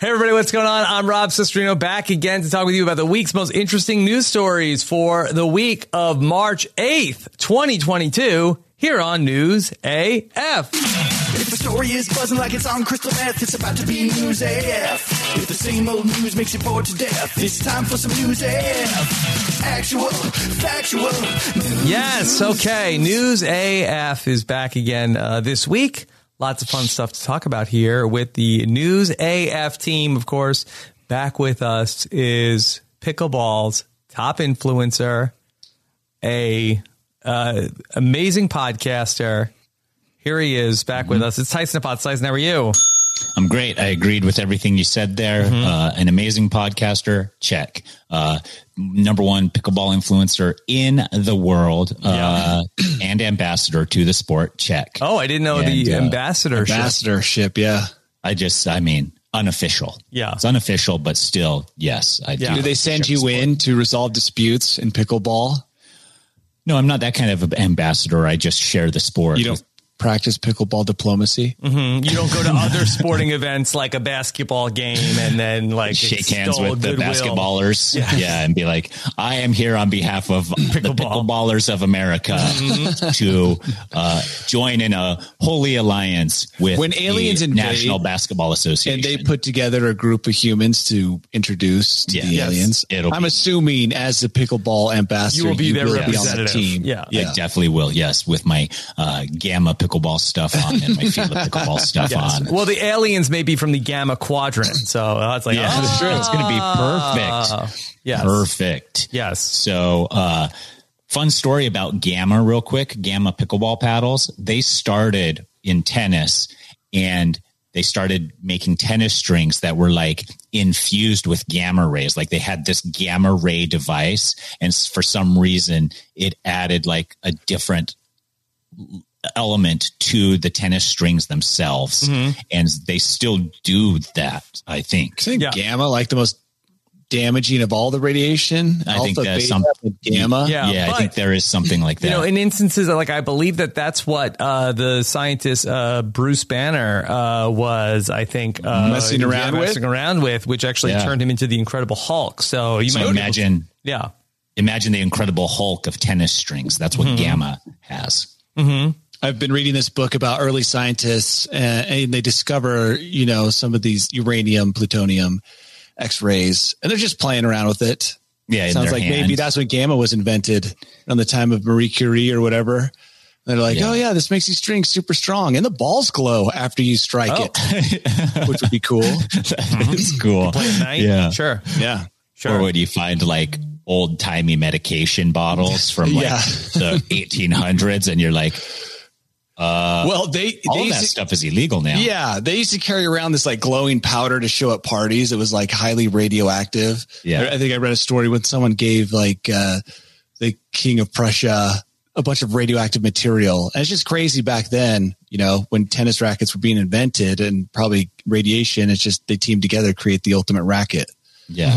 Hey everybody, what's going on? I'm Rob Sestrino back again to talk with you about the week's most interesting news stories for the week of March 8th, 2022, here on News AF. If the story is buzzing like it's on crystal meth, it's about to be news AF. If the same old news makes you bored to death, it's time for some news AF. Actual, factual news. Yes, okay, News AF is back again uh, this week. Lots of fun stuff to talk about here with the News AF team, of course. Back with us is Pickleball's top influencer, a uh, amazing podcaster. Here he is back with us. It's Tyson Pot Size. How are you? I'm great. I agreed with everything you said there. Mm-hmm. Uh, an amazing podcaster, check. Uh, number one pickleball influencer in the world uh, and ambassador to the sport, check. Oh, I didn't know the And, uh, ambassadorship. ambassadorship. Yeah. I just, I mean, unofficial. Yeah. It's unofficial, but still, yes. I Yeah. do. Do they send you in to resolve disputes in pickleball? No, I'm not that kind of ambassador. I just share the sport. You don't practice pickleball diplomacy? you don't go to other sporting events like a basketball game and then like shake hands extol with the goodwill. basketballers. Yeah. and be like, I am here on behalf of the Pickleball. Mm-hmm. pickleballers of America to uh, join in a holy alliance with When the aliens invade National Basketball Association. And they put together a group of humans to introduce to Yeah. the Yes. aliens. It'll I'm be- assuming as the pickleball ambassador, You will be their on the representative. team. Yeah. I definitely will. Yes, with my uh, gamma pickleball stuff on and my Fila pickleball stuff on. Well, the aliens may be from the Gamma Quadrant, so that's like Yeah, oh, that's true. It's going to be perfect. Ah. Yes. Perfect. yes, So, uh, fun story about Gamma, real quick. Gamma pickleball paddles. They started in tennis, and they started making tennis strings that were like infused with gamma rays. Like they had this gamma ray device, and s- for some reason, it added like a different element to the tennis strings themselves and they still do that i think Isn't Yeah. gamma like the most damaging of all the radiation? I Alpha, think that's beta, some- and gamma. Yeah. yeah, but- i think there is something like that you know, in instances that, like I believe that that's what uh, the scientist uh, Bruce Banner uh, was. I think uh, Messing around with? messing around with, which actually Yeah. turned him into the Incredible Hulk. So you so might imagine yeah. imagine the incredible hulk of tennis strings that's what Mm-hmm. gamma has I've been reading this book about early scientists, uh, and they discover, you know, some of these uranium, plutonium, X rays, and they're just playing around with it. yeah in Sounds their like hand. maybe that's when gamma was invented around the time of Marie Curie or whatever. And they're like, Yeah. oh yeah, this makes these strings super strong, and the balls glow after you strike Oh. it, which would be cool. Mm-hmm. it's cool Night? yeah sure. Yeah, or would you find like old timey medication bottles from like Yeah. the 1800s and you're like well they Uh, all they of that used to- stuff is illegal now Yeah, they used to carry around this like glowing powder to show at parties. It was like highly radioactive. Yeah. I, I think I read a story when someone gave like uh, the king of Prussia a bunch of radioactive material, and it's just crazy back then. You know, when tennis rackets were being invented, and probably radiation. It's just they teamed together to create the ultimate racket. yeah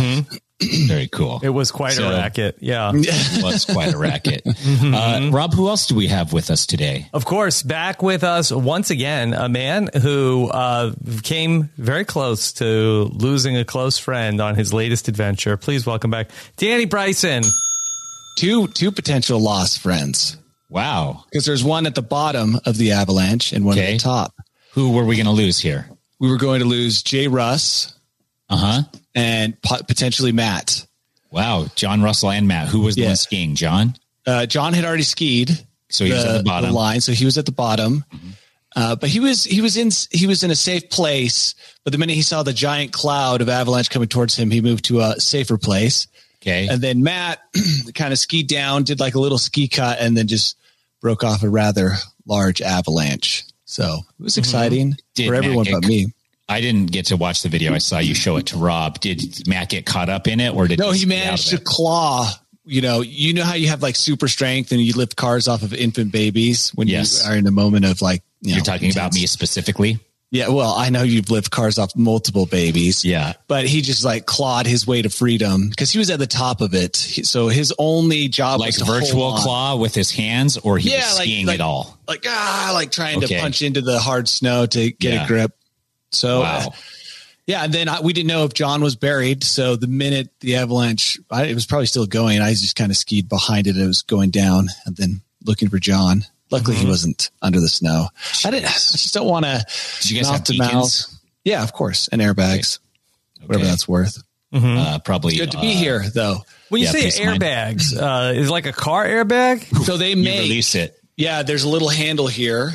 Mm-hmm. very cool It was quite So- a racket. Yeah. was quite a racket. Mm-hmm. Uh, Rob, who else do we have with us today? Of course, back with us once again, a man who uh, came very close to losing a close friend on his latest adventure. Please welcome back Danny Bryson. Two two potential lost friends Wow. because there's one at the bottom of the avalanche and one Okay. at the top. Who were we going to lose here? We were going to lose Jay Russ Uh huh. and pot- potentially Matt. Wow. John Russell and Matt. Who was the Yeah. one skiing? John? uh, John had already skied. So he was at the bottom. Mm-hmm. line, so he was at the bottom. Uh, but he was he was in he was in a safe place. But the minute he saw the giant cloud of avalanche coming towards him, he moved to a safer place. Okay. And then Matt kind of skied down, did like a little ski cut, and then just broke off a rather large avalanche. So it was exciting Mm-hmm. Did for Matt everyone get but c- me. I didn't get to watch the video. I saw you show it to Rob. Did Matt get caught up in it, or did No, he stay out of managed to it? claw. You know, you know how you have like super strength and you lift cars off of infant babies when Yes. you are in a moment of like you You're know, talking about intense- me specifically. Yeah, well, I know you've lifted cars off multiple babies. Yeah. but he just like clawed his way to freedom because he was at the top of it. He- So his only job Like was to virtual hold on. claw with his hands, or he Yeah, was like- skiing like- it all. like ah, like trying Okay. to punch into the hard snow to get Yeah. a grip. So uh, Wow. yeah, and then I, we didn't know if John was buried. So the minute the avalanche, I, it was probably still going. I just kind of skied behind it. It was going down, and then looking for John. Luckily, Mm-hmm. he wasn't under the snow. I didn't. I just don't want to. Did you guys have beacons? Yeah, of course, and airbags, whatever Okay. that's worth. Uh, probably Good to uh, be here, though. Mm-hmm. When you Yeah, say peace of mind. airbags, uh, is it like a car airbag? So they You make release it. yeah. There's a little handle here,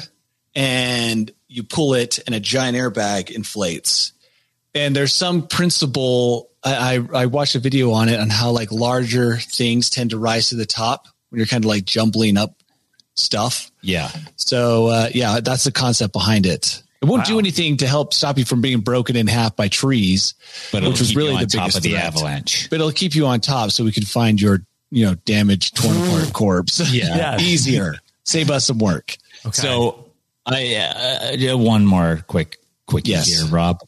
and you pull it, and a giant airbag inflates. And there's some principle. I, I I watched a video on it on how like larger things tend to rise to the top when you're kind of like jumbling up stuff. Yeah. So uh, yeah, that's the concept behind it. It won't do anything to help stop you from being broken in half by trees, But it'll which was keep really you on the top biggest of the threat. avalanche. But it'll keep you on top, so we can find your you know damaged, torn apart corpse. Yeah. Yeah. easier. Save us some work. Okay. So I uh, uh, one more quick quick Yes. here, Rob.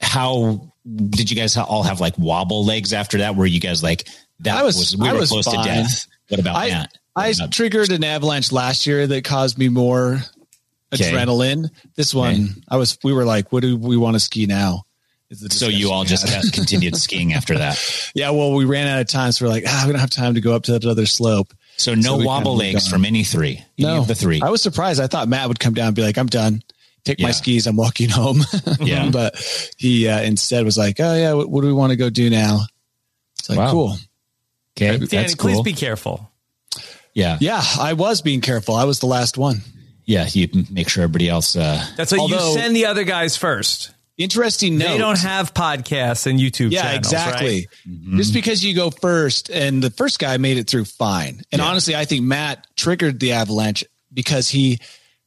How did you guys all have like wobble legs after that? Were you guys like that I was- we I were was close fine. to death? What about I- Matt? I What about- triggered an avalanche last year that caused me more Okay. adrenaline. This one, I was. We were like, "What do we want to ski now?" Is the so you discussion all we just had. kept, continued skiing after that. yeah. Well, we ran out of time, so we're like, "Ah, we don't have time to go up to that other slope." So no So we wobble kinda moved legs on. from any three. Any of the three. I was surprised. I thought Matt would come down and be like, "I'm done. Take my Yeah. skis. I'm walking home." Yeah. but he uh, instead was like, "Oh yeah, what, what do we want to go do now?" It's like, Wow. "Cool." okay, Danny, that's please cool. be careful. yeah, Yeah, I was being careful. I was the last one. yeah. You make sure everybody else. Uh, That's what Although- you send the other guys first. Interesting note. They don't have podcasts and YouTube yeah, channels. exactly. right? Mm-hmm. Just because you go first, and the first guy made it through fine. And honestly, I think Matt triggered the avalanche because he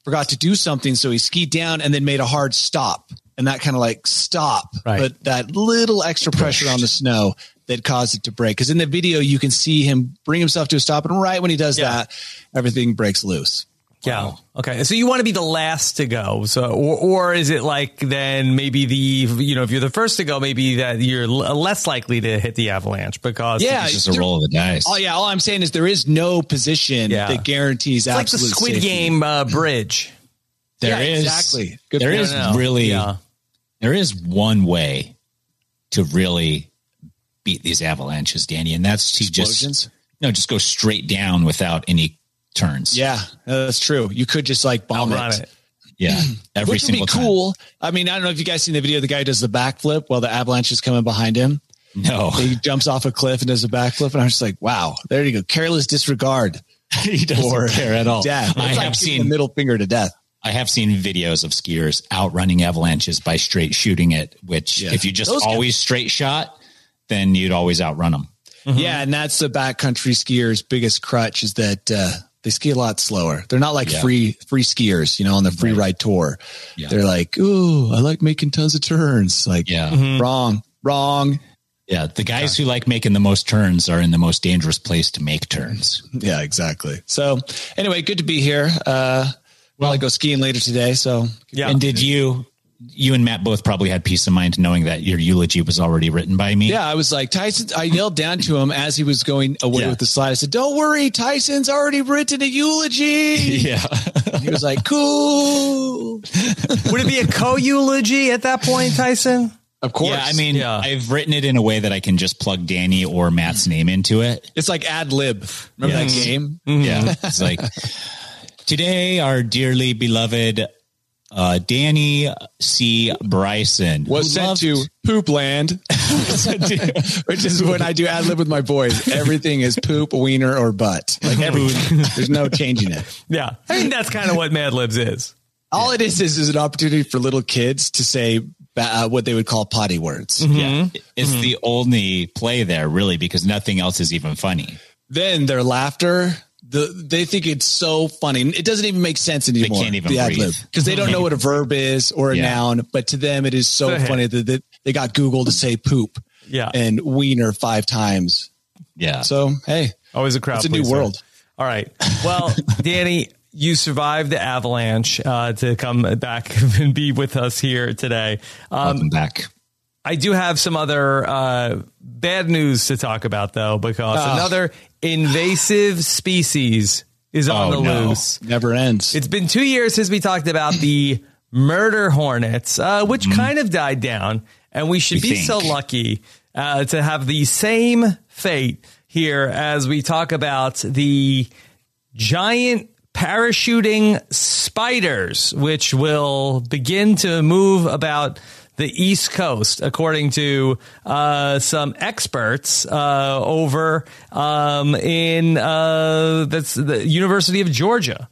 forgot to do something, so he skied down and then made a hard stop, and that kind of like stop, Right. but that little extra pressure on the snow that caused it to break. Because in the video, you can see him bring himself to a stop, and right when he does Yeah. that, everything breaks loose. Yeah. Okay. So you want to be the last to go. So, or, or is it like then maybe the, you know, if you're the first to go, maybe that you're l- less likely to hit the avalanche because Yeah, it's just a there- roll of the dice. Oh yeah, all I'm saying is there is no position Yeah. that guarantees it's like the absolute Squid safety. Game uh, bridge. There Yeah, is exactly. Good there point. is I don't know. really Yeah. there is one way to really beat these avalanches, Danny, and that's to Explosions? just no, just go straight down without any turns. Yeah, uh, that's true. You could just like bomb Outrun it. it. yeah. Every Which would single be cool. I mean, I don't know if you guys seen the video. The guy does the backflip while the avalanche is coming behind him. time. No, He jumps off a cliff and does a backflip, and I'm just like, wow, there you go, careless disregard he doesn't or care at all. death. It's I like have giving seen the middle finger to death. I have seen videos of skiers outrunning avalanches by straight shooting it. Which Yeah. if you just Those guys- always straight shot, then you'd always outrun them. Yeah, and that's the backcountry skier's biggest crutch is that uh, they ski a lot slower. They're not like Yeah. free free skiers, you know, on the free ride tour. Yeah. They're like, ooh, I like making tons of turns. Like, Yeah. Mm-hmm. wrong, wrong. Yeah, the guys who like making the most turns are in the most dangerous place to make turns. Yeah, exactly. So anyway, good to be here. Uh, well, I go skiing later today, so Yeah. And did you, you and Matt both probably had peace of mind knowing that your eulogy was already written by me? Yeah, I was like Tyson. I yelled down to him as he was going away Yeah. with the slide. I said, "Don't worry, Tyson's already written a eulogy." Yeah. he was like, "Cool." Would it be a co eulogy at that point, Tyson? Of course. Yeah. I mean, Yeah. I've written it in a way that I can just plug Danny or Matt's name into it. it's like ad lib. Remember that game? Mm-hmm. Yeah. It's like, today, our dearly beloved uh, Danny C. Bryson Was who sent loved- to poop land, which is when I do ad lib with my boys. Everything is poop, wiener, or butt. Like everything. There's no changing it. Yeah. I mean, that's kind of what Mad Libs is. All it is is, is an opportunity for little kids to say ba- uh, what they would call potty words. Mm-hmm. Yeah. It's the only play there, really, because nothing else is even funny. then their laughter, the, they think it's so funny. It doesn't even make sense anymore. can't even the ad breathe. lib because they don't know what a verb is or a Yeah. noun. But to them, it is so Go ahead. funny that, that they got Google to say poop Yeah. and wiener five times. Yeah. So hey, Oh, Always a crowd. It's a new pleaser. world. All right. Well, Danny, you survived the avalanche uh, to come back and be with us here today. Um, Welcome back. I do have some other uh, bad news to talk about, though, because Ah. another invasive species is on Oh, the no. loose. never ends. It's been two years since we talked about the murder hornets, uh, which kind of died down, and we should Mm-hmm. We be think. so lucky uh, to have the same fate here as we talk about the giant parachuting spiders, which will begin to move about the East Coast, according to uh, some experts uh, over um, in uh, that's the University of Georgia.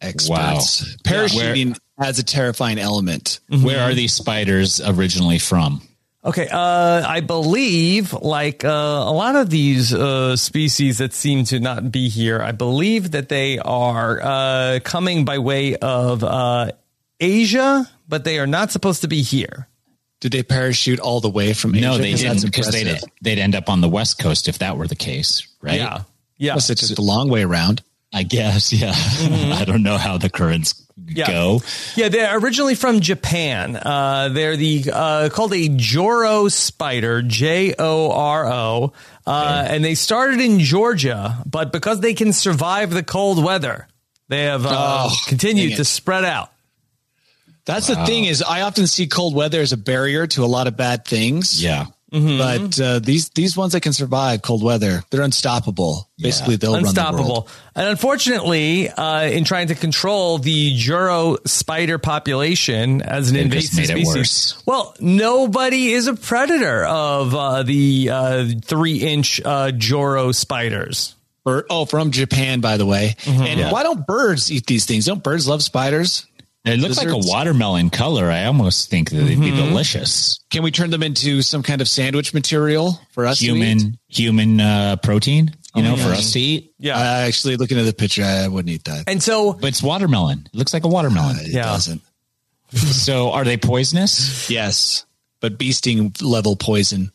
Experts. Wow. Parachuting adds a terrifying element. mm-hmm. Where are these spiders originally from? Okay, uh, I believe like uh, a lot of these uh, species that seem to not be here, I believe that they are uh, coming by way of uh, Asia, but they are not supposed to be here. Did they parachute all the way from Asia? No, they 'Cause that's didn't because they'd, impressive. they'd end up on the West Coast if that were the case, right? Yeah, yeah. Unless they took the long way around. I guess, yeah. Mm-hmm. I don't know how the currents go. Yeah, they're originally from Japan. Uh, they're the uh, called a Joro spider, J O R O, uh, and they started in Georgia, but because they can survive the cold weather, they have uh, Oh, continued dang it. to spread out. That's the thing is, I often see cold weather as a barrier to a lot of bad things. Yeah. But uh, these these ones that can survive cold weather, they're unstoppable. Basically, they'll run the world. Unstoppable. And unfortunately, uh, in trying to control the Juro spider population as an They just invasive made it species, worse. well, nobody is a predator of uh, the uh, three-inch uh, Juro spiders. Bird- oh, from Japan, by the way. And why don't birds eat these things? Don't birds love spiders? It looks like a Lizards. watermelon color. I almost think that they'd be Mm-hmm. delicious. Can we turn them into some kind of sandwich material for us? to eat? Human human uh, protein, Oh you know, for us to eat. Yeah. Uh, actually, looking at the picture, I wouldn't eat that. and so But it's watermelon. It looks like a watermelon. It Yeah. doesn't. so are they poisonous? Yes, but bee sting level poison,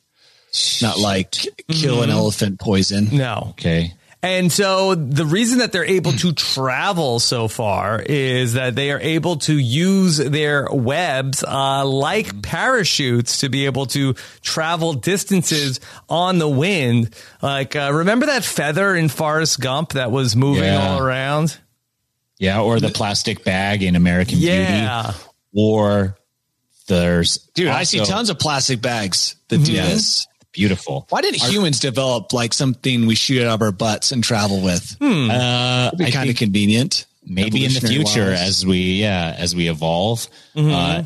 not like kill an elephant poison. no. Okay. And so the reason that they're able to travel so far is that they are able to use their webs uh, like parachutes to be able to travel distances on the wind. Like, uh, remember that feather in Forrest Gump that was moving Yeah. all around? Yeah, or the plastic bag in American Yeah. Beauty. Or there's Dude, I see also- tons of plastic bags that do this. beautiful. Why did humans develop like something we shoot out of our butts and travel with? Uh, It'd be kind of convenient. maybe in the Evolutionary future wise. as we yeah as we evolve uh,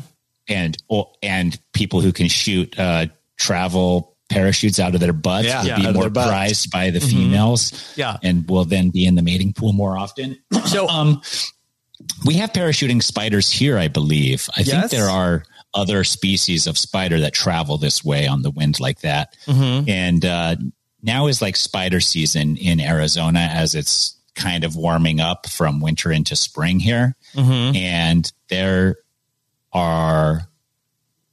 and or, and people who can shoot uh, travel parachutes out of their butts Yeah, will out be of their more butts. prized by the females Yeah. and will then be in the mating pool more often So, um we have parachuting spiders here i believe i Yes. think there are other species of spider that travel this way on the wind like that Mm-hmm. and uh now is like spider season in arizona as it's kind of warming up from winter into spring here Mm-hmm. and there are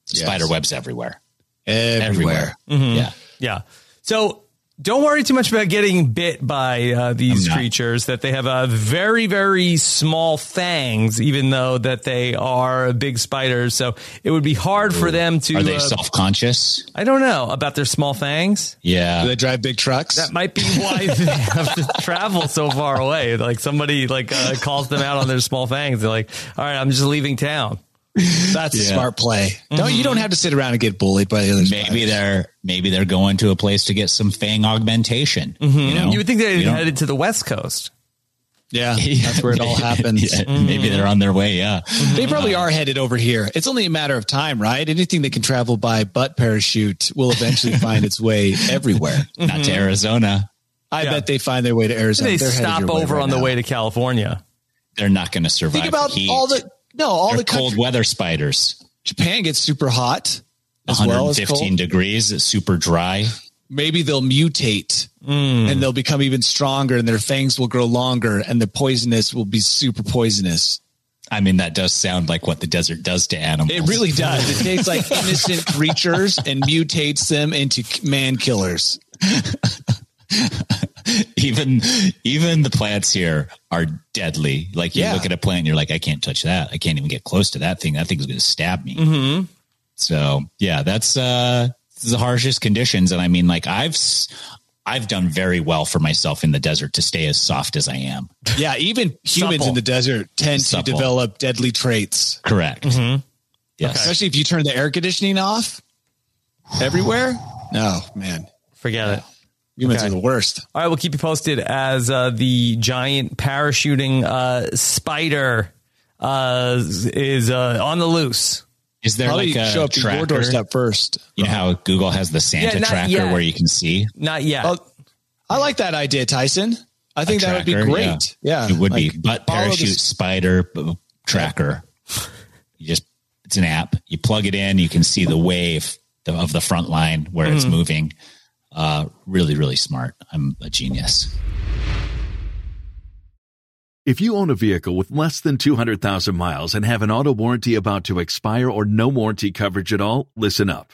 spider webs everywhere Everywhere. everywhere, Mm-hmm. yeah yeah. So don't worry too much about getting bit by uh, these I'm not. creatures that they have uh, very very small fangs even though that they are big spiders so it would be hard for them to are they uh, self-conscious I don't know about their small fangs yeah Do they drive big trucks? that might be why they have to travel so far away like somebody like uh, calls them out on their small fangs they're like all right I'm just leaving town That's a smart play. Don't you don't have to sit around and get bullied by the others. maybe they're maybe they're going to a place to get some fang augmentation. You know, Mm-hmm. you would think they You don't- headed to the west coast Yeah, that's where it all happens. Mm-hmm. Yeah, maybe they're on their way. Yeah, They probably are headed over here. It's only a matter of time, right? Anything that can travel by butt parachute will eventually find its way everywhere. not to Arizona. I Yeah. bet they find their way to Arizona. they They're headed stop your way over right on the now. way to California They're not going to survive. Think about the heat. all the no, all They're the cold cold. weather spiders. Japan gets super hot as well as 115 cold. degrees. It's super dry. maybe they'll mutate Hmm. and they'll become even stronger and their fangs will grow longer and the poisonous will be super poisonous. I mean, that does sound like what the desert does to animals. It really does. It takes like innocent creatures and mutates them into man killers. even even the plants here are deadly. Like you Yeah. look at a plant, and you're like, I can't touch that. I can't even get close to that thing. That thing's going to stab me. Mm-hmm. So yeah, that's uh, the harshest conditions. And I mean, like I've s- I've done very well for myself in the desert to stay as soft as I am. Yeah, even humans Supple. in the desert tend to Supple. develop deadly traits, Correct. Mm-hmm. Yes. especially if you turn the air conditioning off everywhere. No, man, Forget it. humans Okay. are the worst. All right, we'll keep you posted as uh, the giant parachuting uh, spider uh, is uh, on the loose. Is there Probably like a show up to your tracker? doorstep first. You know how Google has the Santa Yeah, not tracker yet. where you can see. Not yet. Oh, I like that idea, Tyson. I think that would be tracker, great. Yeah, It would be Like, butt follow parachute this- spider b- tracker. You just it's an app. You plug it in, you can see the wave the- of the front line where it's Mm-hmm. moving. Uh, really, really smart. I'm a genius. If you own a vehicle with less than 200,000 miles and have an auto warranty about to expire or no warranty coverage at all, listen up.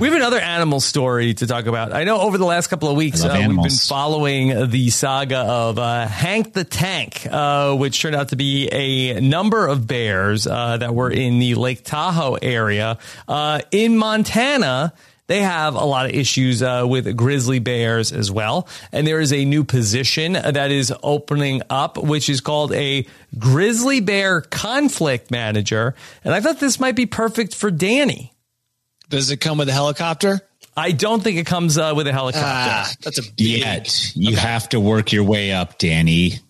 We have another animal story to talk about. I know over the last couple of weeks uh, I love we've been animals. following the saga of uh, Hank the Tank, uh, which turned out to be a number of bears uh, that were in the Lake Tahoe area uh, in Montana. They have a lot of issues uh, with grizzly bears as well, and there is a new position that is opening up, which is called a grizzly bear conflict manager. And I thought this might be perfect for Danny. Does it come with a helicopter? I don't think it comes uh, with a helicopter. Ah, that's a Yet you have to work your way up, Danny.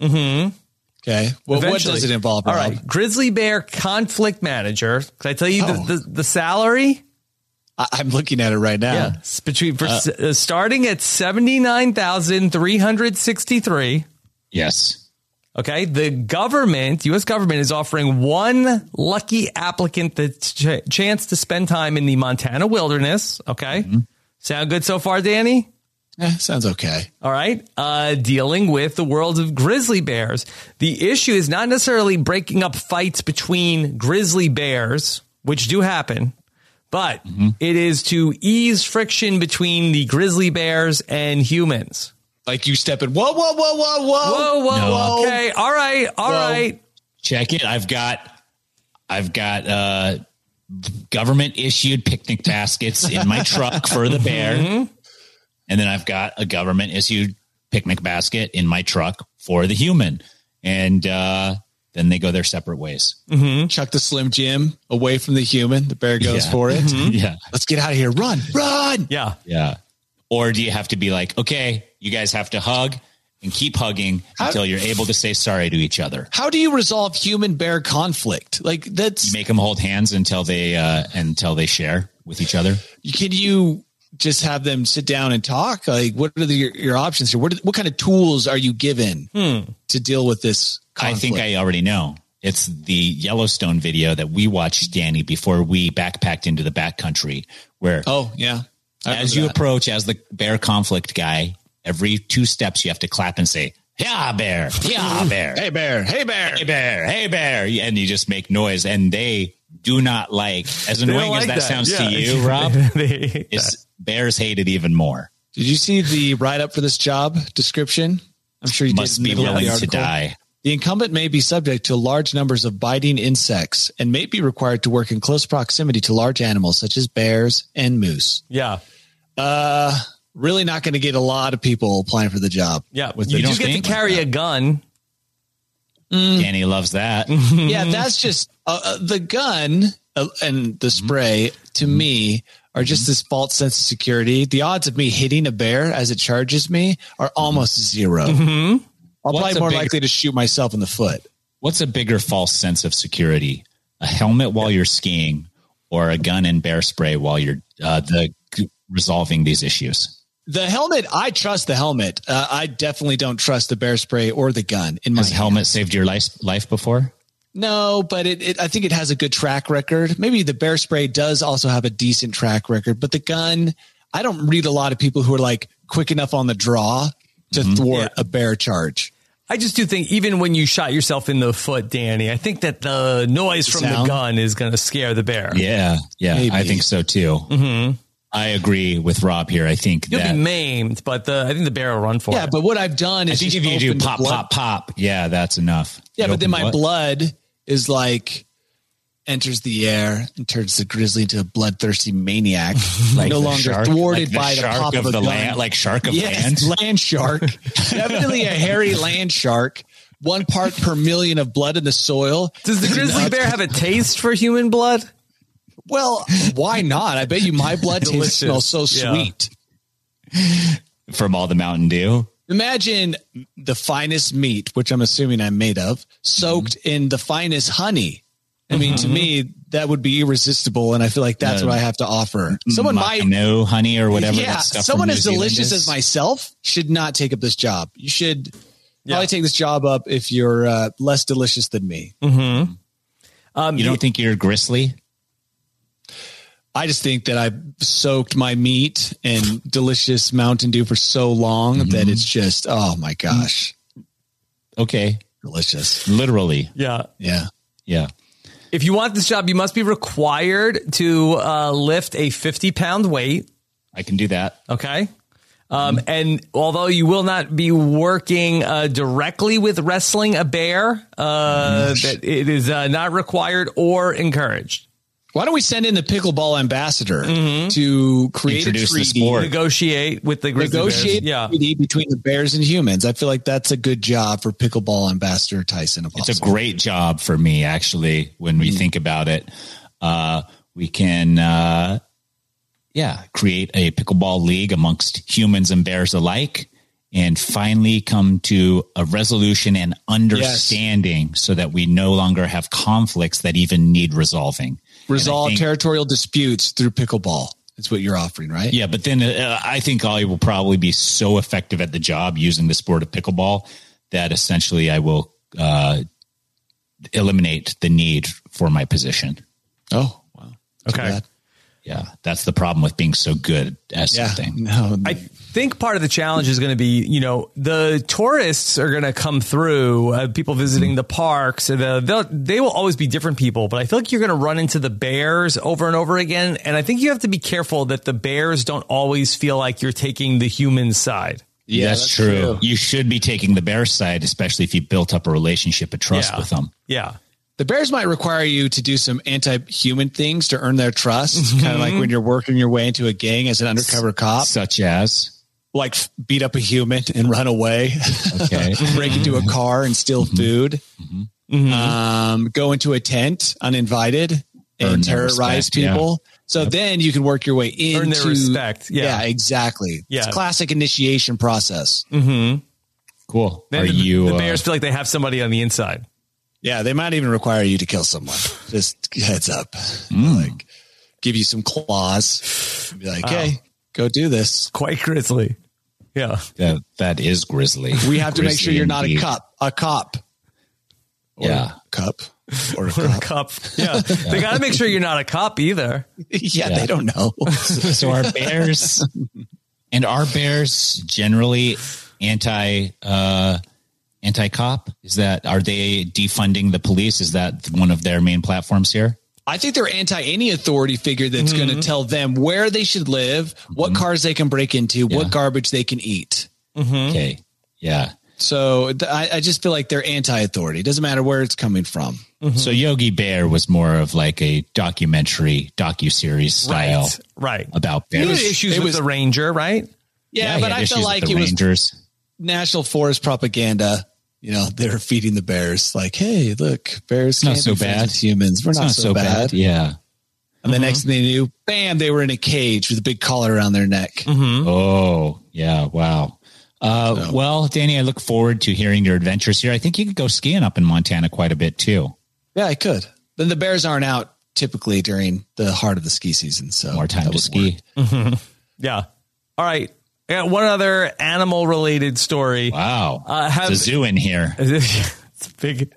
okay. Well, what Eventually. does it involve? All Rob? right, grizzly bear conflict manager. Can I tell you the, the, the salary? Uh, I, I'm looking at it right now. it's between for, s- uh, starting at seventy nine thousand three hundred sixty three. Yes. Okay, the government, U.S. government, is offering one lucky applicant the ch- chance to spend time in the Montana wilderness. Okay, sound good so far, Danny? Eh, sounds okay. All right, uh, dealing with the world of grizzly bears. The issue is not necessarily breaking up fights between grizzly bears, which do happen, but Mm-hmm. it is to ease friction between the grizzly bears and humans. Like you step in. Whoa, whoa, whoa, whoa, whoa, Whoa, whoa, No. whoa. Okay, all right, all Whoa. right. Check it. I've got I've got uh government issued picnic baskets in my truck for the bear. And then I've got a government issued picnic basket in my truck for the human. And uh then they go their separate ways. Chuck the Slim Jim away from the human. The bear goes Yeah. for it. Yeah. Let's get out of here. Run, run. Yeah. Yeah. Or do you have to be like, okay, you guys have to hug and keep hugging How- until you're able to say sorry to each other? How do you resolve human bear conflict? Like that's You make them hold hands until they uh until they share with each other. can you just have them sit down and talk? Like, what are the, your, your options here? What, what kind of tools are you given to deal with this? Conflict? I think I already know. It's the Yellowstone video that we watched, Danny, before we backpacked into the backcountry, where Oh yeah. I as remember you that. approach as the bear conflict guy, every two steps you have to clap and say, Yeah, bear, yeah, bear, hey bear, hey bear. hey, bear, hey, bear. And you just make noise. And they do not like, as They don't annoying as like that, sounds Yeah. to you, Rob, They- is bears hate it even more. Did you see the write up for this job description? I'm sure you Must did be in the- the willing to article. die. The incumbent may be subject to large numbers of biting insects and may be required to work in close proximity to large animals such as bears and moose. Yeah. Uh, really not going to get a lot of people applying for the job. Yeah. with you the- do don't get to think? carry a gun. Mm. Danny loves Mm-hmm. that. yeah, that's just uh, uh, the gun uh, and the Mm-hmm. spray to me are just this false sense of security. The odds of me hitting a bear as it charges me are almost 0 I'll Mm-hmm. What's probably a more bigger- likely to shoot myself in the foot. What's a bigger false sense of security? A helmet while you're skiing or a gun and bear spray while you're uh, the resolving these issues? The helmet, I trust the helmet. Uh, I definitely don't trust the bear spray or the gun in my Has helmet saved your life life before? No, but it, it I think it has a good track record. Maybe the bear spray does also have a decent track record, but the gun, I don't read a lot of people who are like quick enough on the draw to Mm-hmm. thwart a bear charge. I just do think even when you shot yourself in the foot, Danny, I think that the noise from the sound? gun is going to scare the bear. Yeah, yeah, I Maybe. Mm-hmm. think so too. I agree with Rob here. I think You'll that be maimed, but the I think the bear will run for Yeah, it. but what I've done I is think just if you do opened the pop, blood- pop, pop, yeah, that's enough. Yeah, You but then open my what? blood is like enters the air and turns the grizzly into a bloodthirsty maniac, no the longer shark- thwarted like the by the shark pop of of, a the gun. land, like shark of yes, land. land, shark, definitely a hairy land shark. One part per million of blood in the soil. Does the grizzly bear have a taste for human blood? Well, why not? I bet you my blood Delicious. taste smells so Yeah. sweet. from all the Mountain Dew. Imagine the finest meat, which I'm assuming I'm made of, soaked Mm-hmm. in the finest honey. I mean, to me, that would be irresistible, and I feel like that's No. what I have to offer. Someone Mm, might, know honey or whatever. yeah, that stuff someone from as New Zealand delicious is. as myself should not take up this job. You should Yeah. probably take this job up if you're uh, less delicious than me. Um, You don't think you're grizzly? I just think that I've soaked my meat in delicious Mountain Dew for so long Mm-hmm. that it's just, oh my gosh, Okay, delicious. literally, yeah. Yeah. yeah. If you want this job, you must be required to uh, lift a 50 pound weight. I can do that. Okay. Um, and although you will not be working uh, directly with wrestling a bear, uh, that it is uh, not required or encouraged. Why don't we send in the pickleball ambassador Mm-hmm. to create Introduce a the treaty, sport. Negotiate with the grizzly bears. negotiate Yeah. a treaty between the bears and humans? I feel like that's a good job for pickleball ambassador Tyson. It's a great job for me, actually. When we think about it, uh, we can, uh, yeah, create a pickleball league amongst humans and bears alike, and finally come to a resolution and understanding, so that we no longer have conflicts that even need resolving. resolve think- territorial disputes through pickleball. That's what you're offering, right? Yeah, but then uh, I think I will probably be so effective at the job using the sport of pickleball that essentially I will uh, eliminate the need for my position. Oh, wow. That's Okay. bad. Yeah, that's the problem with being so good at Yeah. something. No. I think part of the challenge is going to be, you know, the tourists are going to come through, uh, people visiting the parks. and The, they'll- they will always be different people, but I feel like you're going to run into the bears over and over again. And I think you have to be careful that the bears don't always feel like you're taking the human side. yeah, that's, that's true. true. You should be taking the bear side, especially if you built up a relationship of trust Yeah. with them. Yeah. the bears might require you to do some anti-human things to earn their trust, kind of like when you're working your way into a gang as an undercover cop, Such as, like f- beat up a human and run away. okay, break into a car and steal food, Um, go into a tent uninvited Earn and their terrorize respect, yeah. people. So then you can work your way into Earn their respect, yeah. exactly. Yeah. It's classic initiation process. cool. Then Are the, you the uh, bears feel like they have somebody on the inside. Yeah, they might even require you to kill someone. Just heads up, Hmm. like give you some claws. Be like, hey, go do this. Quite grizzly. Yeah. that, that is grizzly. We have to make Grizzly sure you're not a indeed. cop, a cop, or Yeah. cup, or a Or a cup. cop. Yeah. They got to make sure you're not a cop either. yeah, they don't know. so our bears and our bears generally anti uh anti cop is that are they defunding the police is that one of their main platforms here I think they're anti any authority figure that's Hmm. going to tell them where they should live, what cars they can break into, Yeah. Mm-hmm. what garbage they can eat. okay yeah So th- I, I just feel like they're anti-authority. It doesn't matter where it's coming from. So Yogi Bear was more of like a documentary docu series style, Right. Right. About You bears. had issues it with was- the ranger, right? Yeah, he but had I issues feel with like the it was Rangers. national forest propaganda. You know, they're feeding the bears like, hey, look, bears not can't so be friends bad. with humans. We're It's not, so, bad. Yeah. Mm-hmm. And the next thing they knew, bam, they were in a cage with a big collar around their neck. Oh, yeah. Wow. Uh, Well, Danny, I look forward to hearing your adventures here. I think you could go skiing up in Montana quite a bit too. Yeah, I could. Then the bears aren't out typically during the heart of the ski season, so More time that to would ski. work. Yeah. All right. I got one other animal related story. Wow. Uh, have- it's a zoo in here. it's big,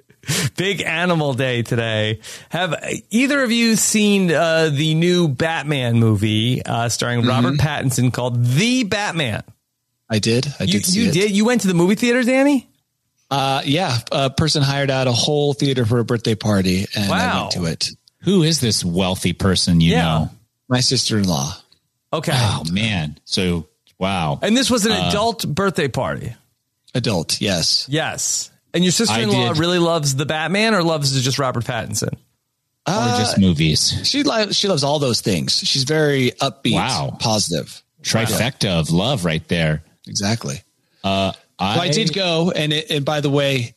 big animal day today. Have either of you seen uh, the new Batman movie uh, starring Robert Pattinson called The Batman? I did. I You, did. See you it. did. You went to the movie theater, Danny? Uh, yeah, a person hired out a whole theater for a birthday party, and I Wow. went to it. Who is this wealthy person you Yeah. know? My sister-in-law. Okay. Oh, man. So, wow. And this was an adult birthday party. Adult, yes. Yes. And your sister in law did. really loves the Batman or loves just Robert Pattinson? or just movies. She li- she loves all those things. She's very upbeat, Wow. positive. Trifecta of love right there. Exactly. I, So I did go, and it, and by the way,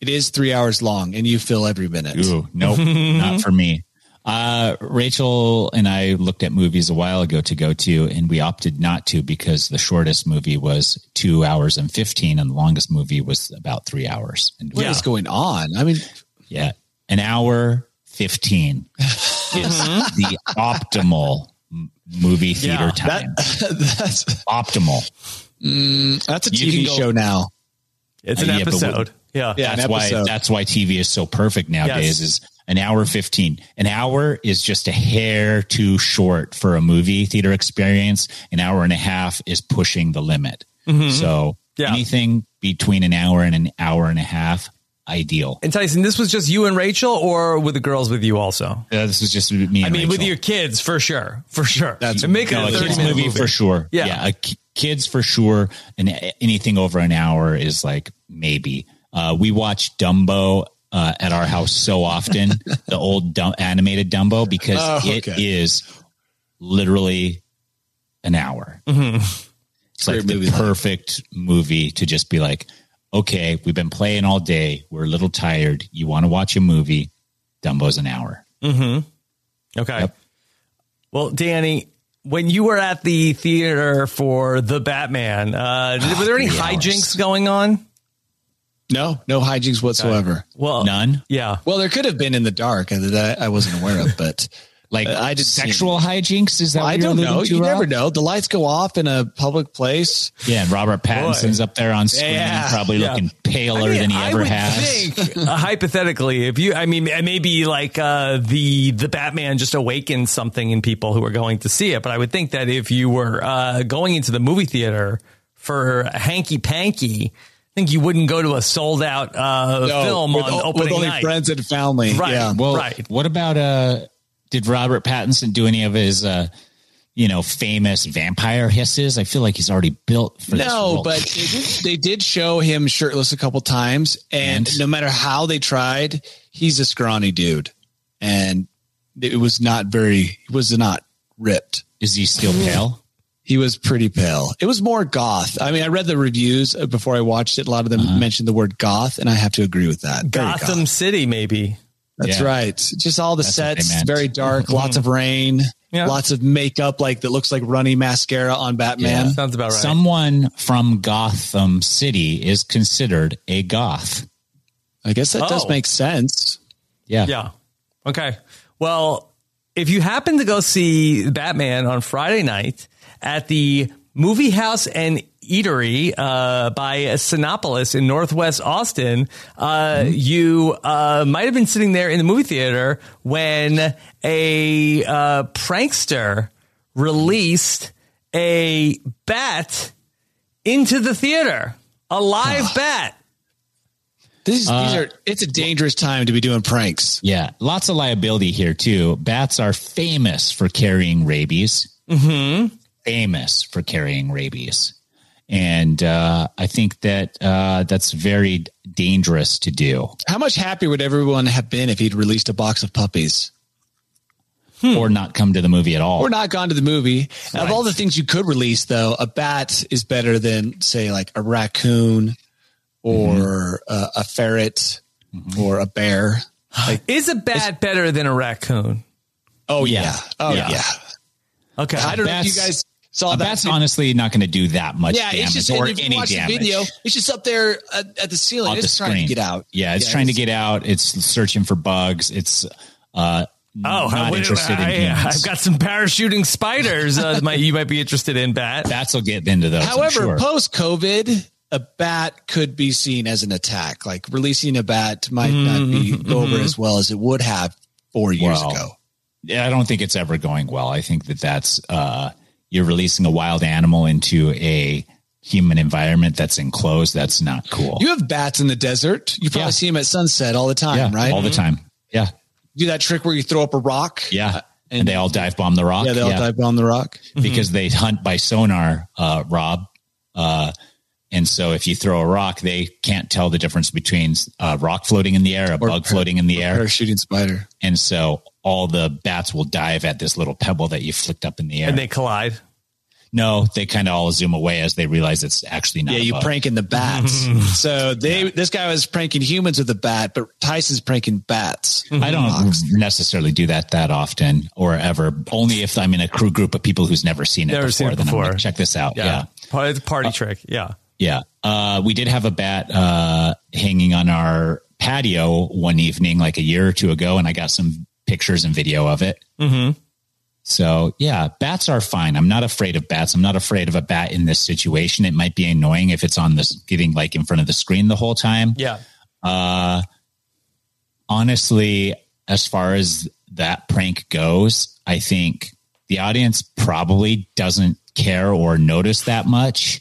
it is three hours long, and you fill every minute. Ooh, nope, not for me. Uh, Rachel and I looked at movies a while ago to go to, and we opted not to because the shortest movie was two hours and 15, and the longest movie was about three hours. And What is going on? I mean, yeah, an hour 15 is the optimal m- movie theater Mm-hmm. Yeah, time. that's optimal. that's a You TV can go- show now. It's an Uh, yeah, but we- episode. Yeah. Yeah, an that's why episode. that's why TV is so perfect Yes. nowadays is an hour 15. An hour is just a hair too short for a movie theater experience. An hour and a half is pushing the limit. So Mm-hmm. Yeah. anything between an hour and an hour and a half, ideal. And Tyson, this was just you and Rachel or with the girls with you also? Uh, this is just me. And I mean, with Rachel. your kids, for sure. For sure. That's- And make it No, a a 30 kids minute movie, movie. for sure. Yeah. a ki- kids for sure. And a- anything over an hour is like maybe. Uh, we watch Dumbo uh, at our house so often, the old dum- animated Dumbo, because Oh, it okay. is literally an hour. It's like Mm-hmm. Great movie the length. perfect movie to just be like, okay, we've been playing all day. We're a little tired. You want to watch a movie? Dumbo's an hour. Okay. Well, Danny, when you were at the theater for The Batman, uh, were there any three hours. hijinks going on? No, no hijinks whatsoever. Well, None? Yeah. Well, there could have been in the dark uh, that I I wasn't aware of, but Like Uh, I didn't see sexual hijinks? Is that I what you're don't alluding know. to, You Rob? never know. The lights go off in a public place. Yeah, and Robert Pattinson's up there on screen, Yeah. probably Yeah. looking paler I mean, than he I ever would has. think, uh, hypothetically, if you, I mean, and maybe like uh, the the Batman just awakens something in people who are going to see it. But I would think that if you were uh, going into the movie theater for hanky panky, I think you wouldn't go to a sold out uh, film with, on o- with opening only night. friends and family. Right. Yeah. Well, Right. what about uh? Did Robert Pattinson do any of his uh, you know, famous vampire hisses? I feel like he's already built for this. No, role. but they did, they did show him shirtless a couple times, and And? no matter how they tried, he's a scrawny dude, and it was not very. He was not ripped. is he still pale? He was pretty pale. It was more goth. I mean, I read the reviews uh, before I watched it. A lot of them Uh-huh. mentioned the word goth, and I have to agree with that. Very goth. Gotham City, maybe. That's Yeah. right. Just all the what they sets, meant. very dark, lots of rain, Yeah. lots of makeup, like that looks like runny mascara on Batman. Sounds about right. Someone from Gotham City is considered a goth. I guess that does Oh. make sense. Yeah. Yeah. Okay. Well, if you happen to go see Batman on Friday night at the Movie House and Eatery uh, by Sinopolis in Northwest Austin, uh, you uh, might have been sitting there in the movie theater when a uh, prankster released a bat into the theater, a live bat. This is, Uh, these are it's a dangerous time to be doing pranks. Yeah. Lots of liability here too. Bats are famous for carrying rabies. Mm-hmm. Famous for carrying rabies. And uh, I think that uh, that's very dangerous to do. How much happier would everyone have been if he'd released a box of puppies? or not come to the movie at all. Or not gone to the movie. Of all the things you could release, though, a bat is better than, say, like a raccoon or Mm-hmm. uh, a ferret or a bear. Is a bat better than a raccoon? Oh, yeah. Oh, Yeah. yeah. Okay. I don't know if you Bats- guys A saw that. bat's honestly not going to do that much yeah, damage it's just, or and if you any watch damage. the video, it's just up there at, at the ceiling. off it's the trying screen. to get out. Yeah, it's trying to get out. It's searching for bugs. It's uh, Oh, not wait, interested I, in humans. have got some parachuting spiders. Uh, that might, you might be interested in bat. Bats will get into those. I'm However, sure. post COVID, a bat could be seen as an attack. Like releasing a bat might not be Mm-hmm. over as well as it would have four years Wow. ago. I don't think it's ever going well. I think that that's uh, you're releasing a wild animal into a human environment that's enclosed. That's not cool. You have bats in the desert. You probably Yeah. see them at sunset all the time, yeah, right? Mm-hmm. all the time. Yeah, Do that trick where you throw up a rock. yeah. And, they all dive bomb the rock. Uh, Yeah, they all dive on the rock. Mm-hmm. because they hunt by sonar, uh, Rob. Uh, and so if you throw a rock, they can't tell the difference between a rock floating in the air, a Or bug par- floating in the air. Parachuting spider. And so all the bats will dive at this little pebble that you flicked up in the air. And they collide. no, they kind of all zoom away as they realize it's actually not. Yeah, a you bug. pranking the bats. Mm-hmm. so they this guy was pranking humans with a bat, but Tyson's pranking bats. I don't necessarily do that that often or ever. Only if I'm in a crew group of people who's never seen it Never before. seen it then I'm like, before. check this out. yeah. Part of the party trick. Yeah. Yeah. Uh, we did have a bat uh, hanging on our patio one evening, like a year or two ago, and I got some pictures and video of it. Mm-hmm. So, yeah, bats are fine. I'm not afraid of bats. I'm not afraid of a bat in this situation. It might be annoying if it's on this getting like in front of the screen the whole time. Yeah. Uh, honestly, as far as that prank goes, I think the audience probably doesn't care or notice that much.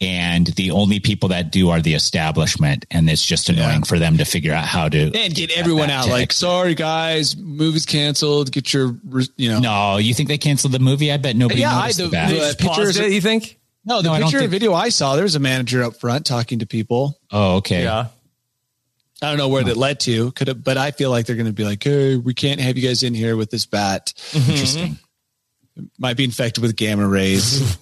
And the only people that do are the establishment. And it's just annoying for them to figure out how to. And get everyone that out. to Like, ex- sorry guys, movie's canceled. Get your, you know, No, you think they canceled the movie? I bet nobody Yeah, I- noticed the the- bat. the- Just paused pictures- it, you think? No, the No, I don't picture think- and video I saw, there was a manager up front talking to people. oh, okay. Yeah. I don't know where that led to. Could have, but I feel like they're going to be like, "Hey, we can't have you guys in here with this bat. Interesting. Might be infected with gamma rays.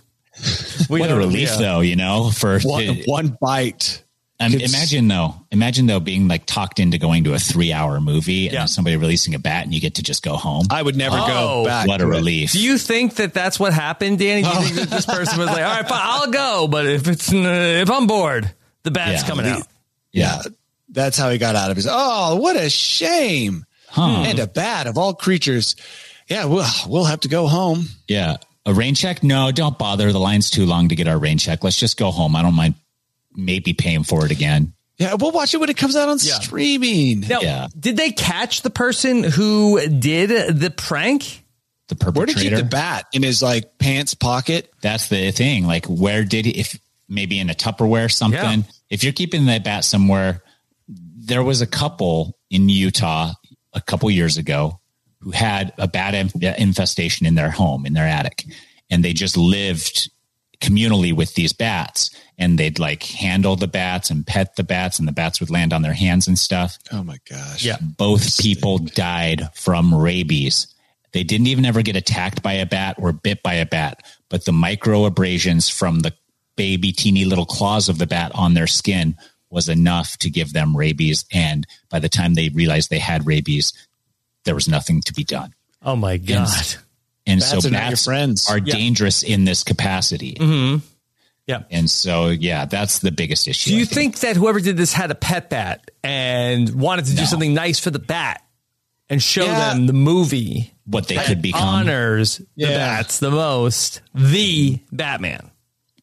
We What a don't- relief, yeah. though, you know, for one, to- one bite. Um, It's- imagine though, imagine though being like talked into going to a three hour movie and Yeah. then somebody releasing a bat and you get to just go home. I would never Oh, go back. what a to it. relief. Do you think that that's what happened, Danny? Do you think that this person was like, "All right, fine, I'll go, but if it's if I'm bored, the bat's Yeah. coming out." Yeah, that's how he got out of his. Oh, what a shame! And a bat of all creatures. Yeah, we'll we'll have to go home. yeah. A rain check? No, don't bother. The line's too long to get our rain check. Let's just go home. I don't mind maybe paying for it again. Yeah, we'll watch it when it comes out on Yeah. streaming. Now, Yeah. did they catch the person who did the prank? The Where did perpetrator. he get the bat in his like pants pocket? That's the thing. Like where did he, if maybe in a Tupperware something, Yeah. if you're keeping that bat somewhere, there was a couple in Utah a couple years ago who had a bat inf- infestation in their home, in their attic, and they just lived communally with these bats and they'd like handle the bats and pet the bats and the bats would land on their hands and stuff. Oh my gosh! Both people died from rabies. They didn't even ever get attacked by a bat or bit by a bat, but the micro abrasions from the baby, teeny little claws of the bat on their skin was enough to give them rabies. And by the time they realized they had rabies, there was nothing to be done. Oh my god! And Bats so are not your bats friends. Mm-hmm. are dangerous in this capacity. Yeah. And so, yeah, that's the biggest issue. Do I you think that whoever did this had a pet bat and wanted to do something nice for the bat and show Yeah. them the movie what they could become? honors the Yeah. bats the most? The Batman.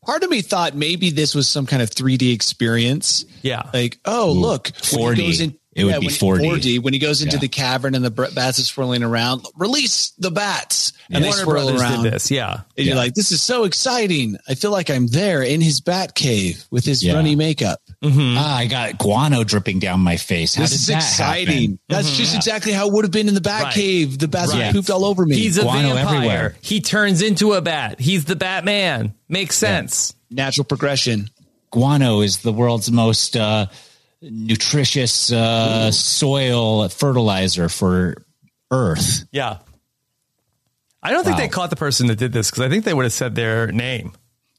part of me thought maybe this was some kind of 3D experience. Yeah. Like, oh, look, when 4D. he goes in- It would be when he- 4D. When he goes into Yeah. the cavern and the br- bats are swirling around, release the bats. And they Warner swirl Brothers around. did this. Yeah. And you're like, this is so exciting. I feel like I'm there in his bat cave with his Yeah. runny makeup. Ah, I got guano dripping down my face. How This did is that exciting. happen? That's just exactly how it would have been in the bat Right. cave. The bats Right. would pooped all over me. He's a Guano vampire. everywhere. He turns into a bat. He's the Batman. Makes sense. natural progression. guano is the world's most uh, nutritious uh, soil fertilizer for earth. Yeah. I don't think they caught the person that did this because I think they would have said their name.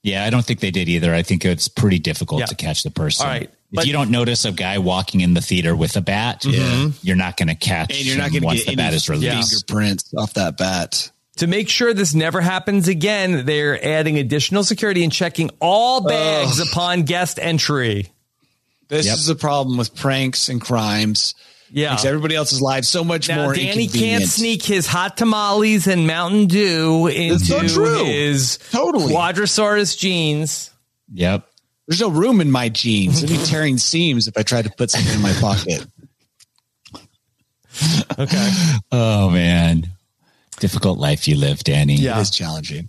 Yeah, I don't think they did either. I think it's pretty difficult Yeah. to catch the person. All right, If but- you don't notice a guy walking in the theater with a bat, you're not going to catch Mm-hmm. And you're not him going to once get the any bat is released. fingerprints off that bat. To make sure this never happens again, they're adding additional security and checking all bags upon guest entry. This Yep. is the problem with pranks and crimes. Yeah. Makes everybody else's lives so much Now, more Danny inconvenient. can't sneak his hot tamales and Mountain Dew That's not into true. his Totally. Quadrosaurus jeans. Yep. There's no room in my jeans. I'd be tearing seams if I tried to put something in my pocket. Oh man, difficult life you live, Danny. It is challenging.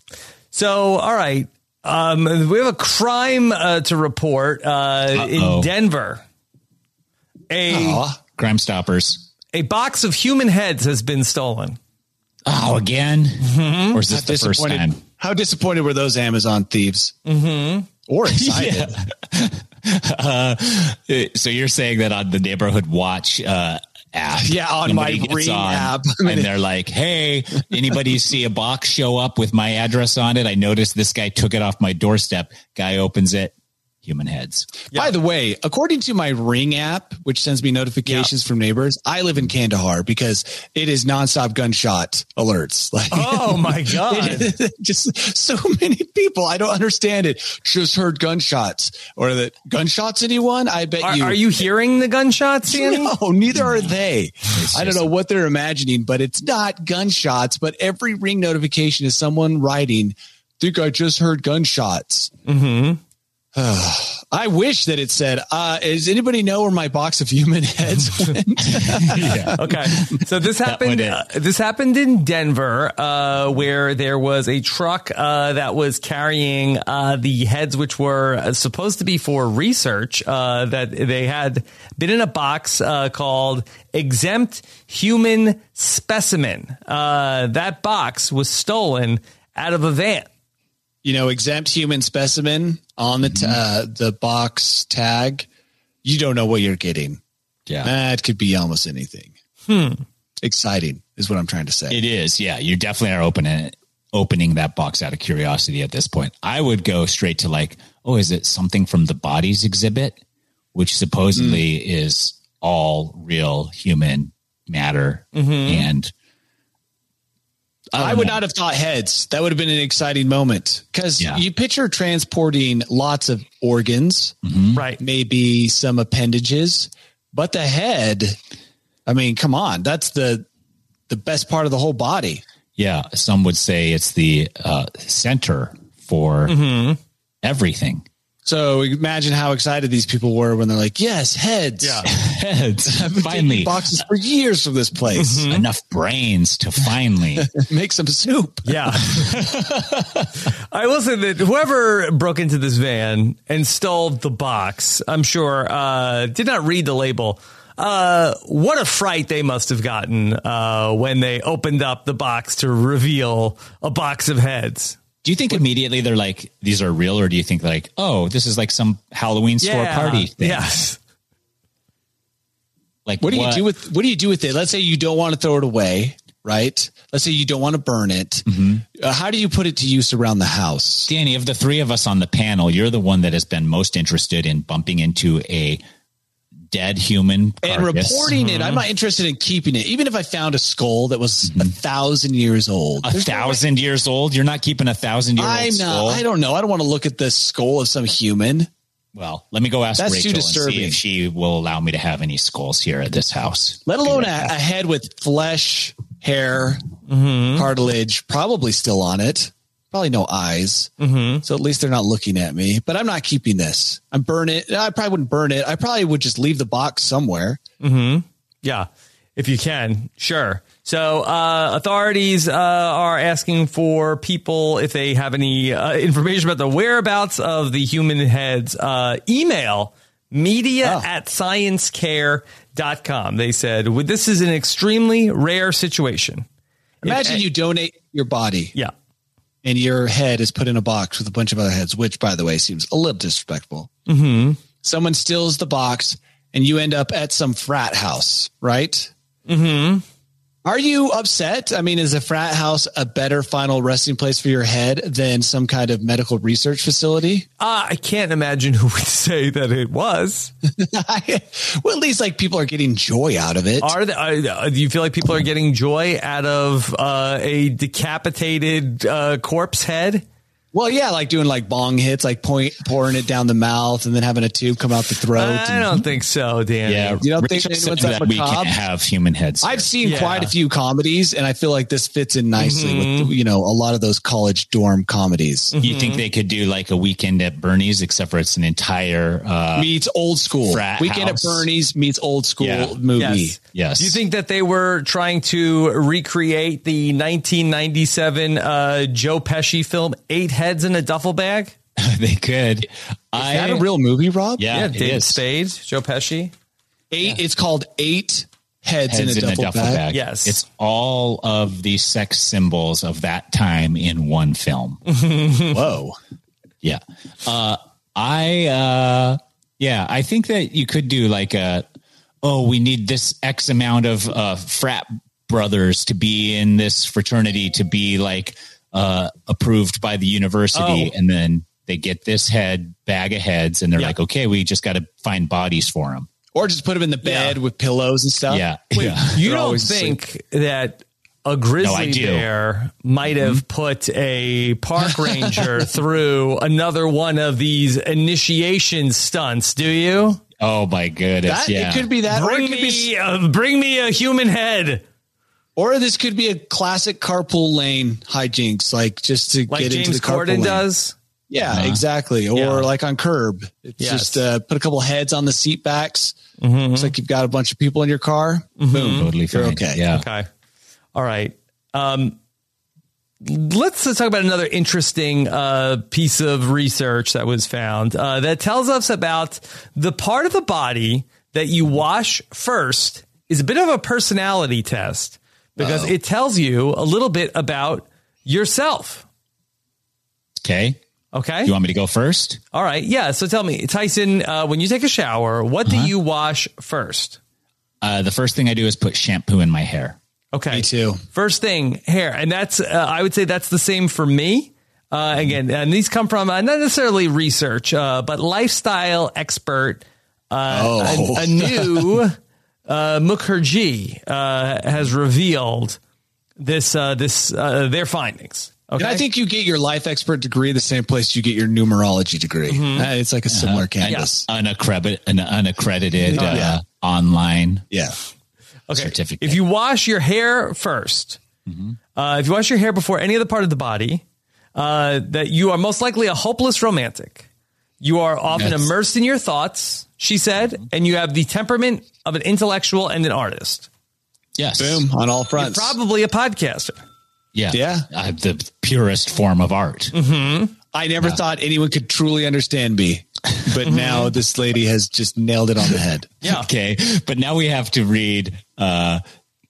So, all right. Um, we have a crime uh, to report uh, in Uh-oh. Denver. A Aw. Crime Stoppers. a box of human heads has been stolen. Oh, again? Or is this the first Mm-hmm. disappointed- time? How disappointed were those Amazon thieves? Mm-hmm. Or excited? Uh, So you're saying that on the neighborhood watch uh, app? Yeah, on somebody my gets Ring app. and they're like, "Hey, anybody see a box show up with my address on it? I noticed this guy took it off my doorstep. Guy opens it, human heads. By the way, according to my Ring app, which sends me notifications from neighbors, I live in Kandahar because it is nonstop gunshot alerts. Like, Oh my god! just so many people. I don't understand it. Just heard gunshots or that gunshots. Anyone? I bet Are, you. are you hearing the gunshots, Danny? No, neither are they. I don't know what they're imagining, but it's not gunshots. But every ring notification is someone writing, "Think I just heard gunshots." Mm-hmm. I wish that it said, uh, "Does anybody know where my box of human heads went?" Okay, so this happened. one uh, this happened in Denver, uh, where there was a truck uh, that was carrying uh, the heads, which were uh, supposed to be for research. Uh, that they had been in a box uh, called exempt human specimen. Uh, that box was stolen out of a van. you know, exempt human specimen on the t- uh, the box tag. You don't know what you're getting. Yeah, That could be almost anything. Hmm. Exciting is what I'm trying to say. it is. Yeah, you definitely are opening it, opening that box out of curiosity. At this point, I would go straight to like, oh, is it something from the bodies exhibit, which supposedly Mm. is all real human matter Mm-hmm. and. I would not have thought heads. That would have been an exciting moment because Yeah. you picture transporting lots of organs, Right. maybe some appendages, but the head. I mean, come on, that's the the best part of the whole body. Yeah, some would say it's the uh, center for Mm-hmm. everything. So imagine how excited these people were when they're like, "Yes, heads." Yeah. Heads, Finally, finally, boxes for years from this place. enough brains to finally. Make some soup. Yeah. I will say that whoever broke into this van and stole the box, I'm sure, uh, did not read the label. Uh, what a fright they must have gotten uh, when they opened up the box to reveal a box of heads. do you think immediately they're like, these are real, or do you think like, oh, this is like some Halloween store party thing? Yes. Like, What do you do with what do you do with it? Let's say you don't want to throw it away, right? Let's say you don't want to burn it. Uh, how do you put it to use around the house? Danny? Of the three of us on the panel, you're the one that has been most interested in bumping into a dead human And carcass. reporting it, I'm not interested in keeping it. Even if I found a skull that was a Mm-hmm. thousand years old, A thousand years old. You're not keeping a thousand year old. I'm not. I don't know. I don't want to look at the skull of some human. Well, let me go ask That's Rachel too and see disturbing. if she will allow me to have any skulls here at this house. let alone a, a head with flesh, hair, cartilage, probably still on it. Probably no eyes. So at least they're not looking at me. But I'm not keeping this. I burn it. I probably wouldn't burn it. I probably would just leave the box somewhere. Yeah, if you can, sure. So uh, authorities uh, are asking for people if they have any uh, information about the whereabouts of the human heads. Uh, email media at sciencecare.com. They said, well, this is an extremely rare situation. Imagine you donate your body Yeah. and your head is put in a box with a bunch of other heads, which, by the way, seems a little disrespectful. Mm-hmm. Someone steals the box, and you end up at some frat house, right? Mm-hmm. Are you upset? I mean, is a frat house a better final resting place for your head than some kind of medical research facility? Uh, I can't imagine who would say that it was. well, at least like people are getting joy out of it. Are, the, are do you feel like people are getting joy out of uh, a decapitated uh, corpse head? Well, yeah, like doing like bong hits, like point pouring it down the mouth and then having a tube come out the throat. I and- don't think so, Dan. Yeah, You don't Rachel think said anyone's that that we macabre? can't have human heads. I've seen Yeah. quite a few comedies, and I feel like this fits in nicely with you know a lot of those college dorm comedies. You think they could do like a weekend at Bernie's, except for it's an entire uh, Meets old school. Frat Weekend house. at Bernie's meets old school Yeah. movie. Yes. Yes. Do you think that they were trying to recreate the 1997 uh, Joe Pesci film Eight Heads in a Duffel Bag? they could. I Is that a real movie, Rob? Yeah, it David is. Spade, Joe Pesci. Eight. It's called Eight Heads, heads in a Duffel, bag. Yes. It's all of the sex symbols of that time in one film. Whoa. Yeah. Uh, I, uh, yeah, I think that you could do like a, oh, we need this X amount of uh, frat brothers to be in this fraternity to be like uh, approved by the Oh. university. And then they get this head, bag of heads, and they're Yeah. like, okay, we just got to find bodies for them. Or just put them in the bed with pillows and stuff. yeah. Wait, yeah. you They're don't always think that a grizzly do. bear might have put a park ranger through another one of these initiation stunts, do you? Oh, my goodness. That, yeah. It could be that, or it Bring could be, me, a, bring me a human head, or this could be a classic carpool lane hijinks, like just to like get into James the carpool lane. Corden does. Yeah, exactly. Or Uh-huh. Yeah. like on curb, it's Yes. Mm-hmm. just uh, put a couple heads on the seat backs. Looks like you've got a bunch of people in your car. Boom. Totally fine. You're okay. Yeah. Okay. All right. Um, let's uh, talk about another interesting uh, piece of research that was found uh, that tells us about the part of the body that you wash first is a bit of a personality test because it tells you a little bit about yourself. Okay. Okay. You want me to go first? All right. Yeah. So tell me, Tyson, uh, when you take a shower, what Uh-huh. do you wash first? Uh, the first thing I do is put shampoo in my hair. Okay. Me too. First thing, hair, and that's uh, I would say that's the same for me. Uh, again, and these come from uh, not necessarily research, uh, but lifestyle expert uh, Oh. a, a new uh, Mukherjee uh, has revealed this uh, this uh, their findings. Okay, And I think you get your life expert degree the same place you get your numerology degree. Mm-hmm. Uh, it's like a similar canvas. Unaccredited, Uh-huh. an unaccredited uh, online Yeah. Okay. certificate. Mm-hmm. If you wash your hair 1st uh, if you wash your hair before any other part of the body, uh, that you are most likely a hopeless romantic. You are often Yes. Mm-hmm. immersed in your thoughts, she said, and you have the temperament of an intellectual and an artist. yes, Boom on all You're fronts. probably a podcaster. yeah, Yeah. Mm-hmm. Uh, the purest form of art. I never thought anyone could truly understand me, but Mm-hmm. now this lady has just nailed it on the head. Yeah. Okay, but now we have to read uh,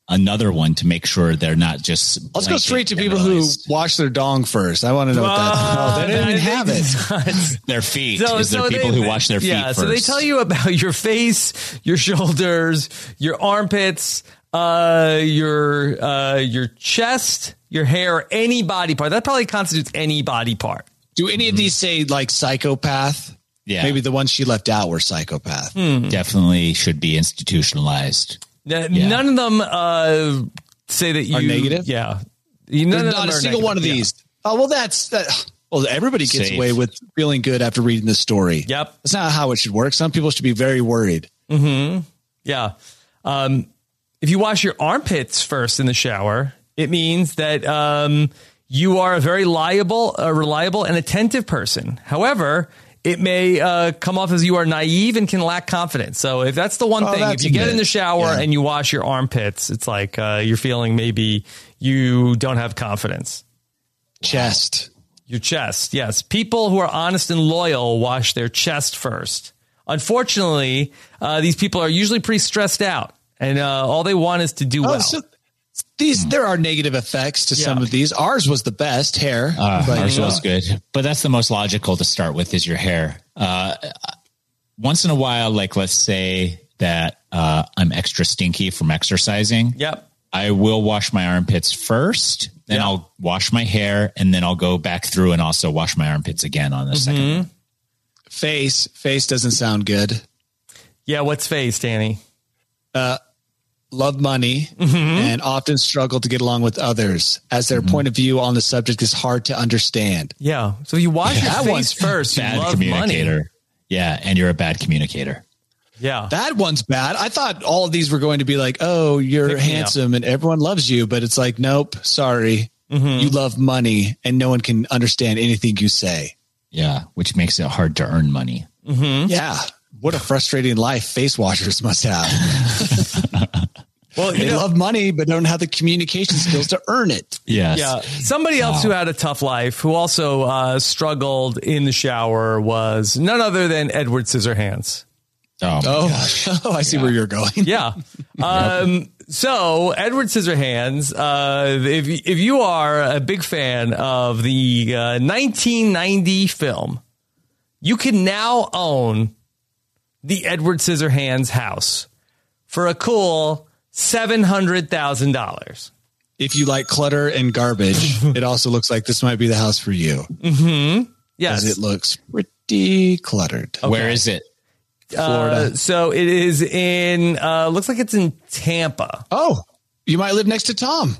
another one to make sure they're not just. Let's go blanket straight to people who generalized. wash their dong first. I want to know what that. Oh, they don't even have it. their feet. is there people who wash their feet? Yeah, so they first? tell you about your face, your shoulders, your armpits, uh, your uh, your chest, your hair, any body part. That probably constitutes any body part. Do any of these say like psychopath? Yeah. Maybe the ones she left out were Hmm. psychopath. Mm-hmm. definitely should be institutionalized. N- None of them uh, say that you Are negative? Yeah, You- none There's of not them a are single one of negative. these. Oh well, that's that. Well, everybody gets Safe. away with feeling good after reading this story. Yeah. Yep. That's not how it should work. Some people should be very worried. Yeah. Um, if you wash your armpits first in the shower, it means that um, you are a very liable, uh, reliable, and attentive person. However, it may uh, come off as you are naive and can lack confidence. So if that's the one Oh, thing, if that's you get in good. the shower Yeah. and you wash your armpits, it's like uh, you're feeling maybe you don't have confidence. Chest. Your chest, yes. People who are honest and loyal wash their chest first. Unfortunately, uh, these people are usually pretty stressed out, and uh, all they want is to do Oh, well. so Hmm. These there are negative effects to some of these. Ours was the best hair. Ah. Uh, but- ours was good, but that's the most logical to start with is your hair. Uh, once in a while, like let's say that uh, I'm extra stinky from exercising. Yep. I will wash my armpits first, then Yeah. I'll wash my hair, and then I'll go back through and also wash my armpits again on the second. Mm-hmm. one. Face face doesn't sound good. Yeah. What's phase, Danny? love money Mm-hmm. and often struggle to get along with others as their point of view on the subject is hard to understand. Yeah. So you wash That your one's face first. You Bad love communicator. money. Yeah, and you're a bad communicator. Yeah. That one's bad. I thought all of these were going to be like, oh, you're Pick me handsome and everyone loves you, but it's like, nope, sorry. Mm-hmm. You love money and no one can understand anything you say. Yeah, which makes it hard to earn money. Mm-hmm. Yeah. What a frustrating life face washers must have. Well, you They know, love money, but don't have the communication skills to earn it. Yes. yeah. Somebody else who had a tough life, who also uh, struggled in the shower, was none other than Edward Scissorhands. Oh, Oh, oh I see where you're going. Yeah. Um, so Edward Scissorhands, uh, if if you are a big fan of the uh, 1990 film, you can now own the Edward Scissorhands house for a cool seven hundred thousand dollars. If you like clutter and garbage, it also looks like this might be the house for you. Yes, as it looks pretty cluttered. where is it? Uh, so it is in. Uh, looks like it's in Tampa. Oh, you might live next to Tom.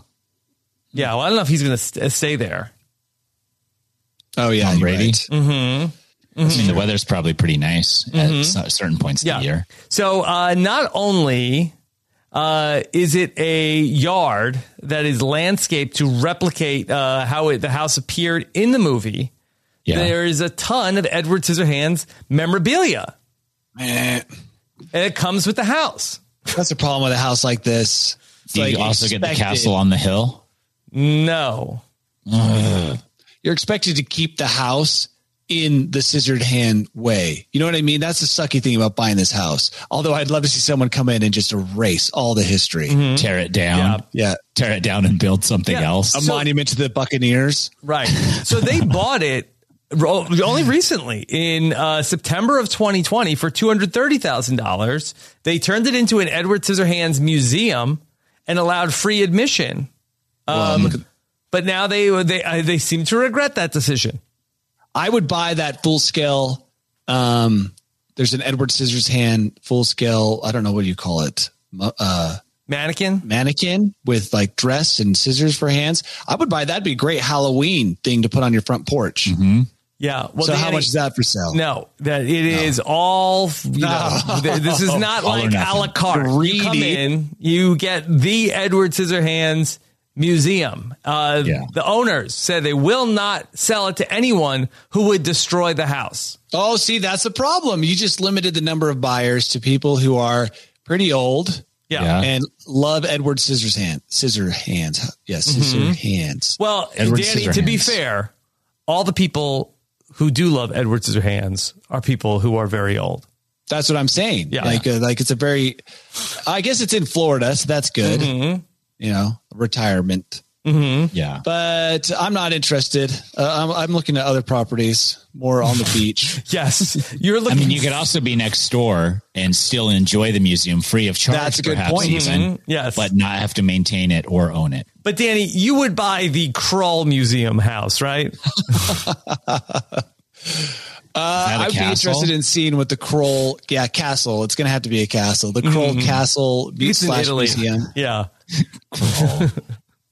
Yeah, well, I don't know if he's going to st- stay there. Oh yeah, Tom you're Brady? right. I mean, the weather's probably pretty nice at cer- certain points of Yeah. the year. So uh, not only uh, is it a yard that is landscaped to replicate uh, how it, the house appeared in the movie, Yeah. there is a ton of Edward Scissorhands memorabilia, Eh, and it comes with the house. That's a problem with a house like this. It's Do you like also get the expected- castle on the hill? No, You're expected to keep the house in the scissored hand way. You know what I mean? That's the sucky thing about buying this house. Although I'd love to see someone come in and just erase all the history. Tear it down. Mm-hmm. Yeah. Tear it down and build something Yeah. else. A monument to the Buccaneers. Right. So they bought it ro- only recently in uh, September of 2020 for $230,000. They turned it into an Edward Scissorhands museum and allowed free admission. Um, but now they they uh, they seem to regret that decision. I would buy that full scale. Um, there's an Edward Scissors hand full scale. I don't know what do you call it. Mu- Uh, Mannequin? mannequin with like dress and scissors for hands. I would buy that'd be a great Halloween thing to put on your front porch. Yeah. Mm-hmm. Well, so how Danny- much is that for sale? No, that it is all. You know, th- this is not All or like a la nothing. carte. You come Greedy. in, you get the Edward Scissorhands Museum. Uh, Yeah. The owners said they will not sell it to anyone who would destroy the house. Oh, see, that's the problem. You just limited the number of buyers to people who are pretty old Yeah. Yeah. and love Edward Scissors hand, scissor hands. Yes, Mm-hmm. scissor hands. Well, Edward Danny, to be Scissorhands. fair, all the people who do love Edward Scissorhands are people who are very old. That's what I'm saying. Yeah. Like, uh, like it's a very, I guess it's in Florida, so that's good. Mm-hmm. You know, retirement. yeah. But I'm not interested. Uh, I'm, I'm looking at other properties, more on the beach. Yes, you're I looking. mean, you could also be next door and still enjoy the museum free of charge. That's a good perhaps point. Mm-hmm. Even, Yes. But not have to maintain it or own it. but Danny, you would buy the Krull Museum house, right? Is that a Uh, I'd be castle? interested in seeing what the Kroll, yeah, castle. It's going to have to be a castle. The Kroll Castle Mm-hmm. It's in slash Italy. museum. Yeah.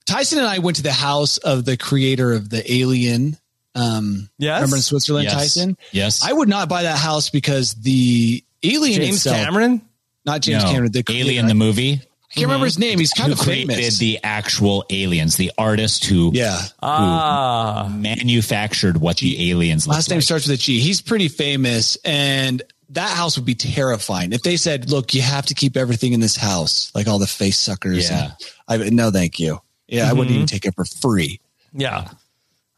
Tyson and I went to the house of the creator of the Alien. Um, Yes. remember in Switzerland, Yes. Tyson. Yes. I would not buy that house because the Alien James itself, Cameron? not James No. Cameron, the creator, Alien the movie. I can't remember his name. He's kind Who of created famous. the actual aliens? The artist who yeah, Ah. manufactured what the aliens looked last name like. starts with a G. He's pretty famous, and that house would be terrifying if they said, "Look, you have to keep everything in this house, like all the face suckers." Yeah. and- I no, thank you. Yeah, I wouldn't even take it for free. Yeah.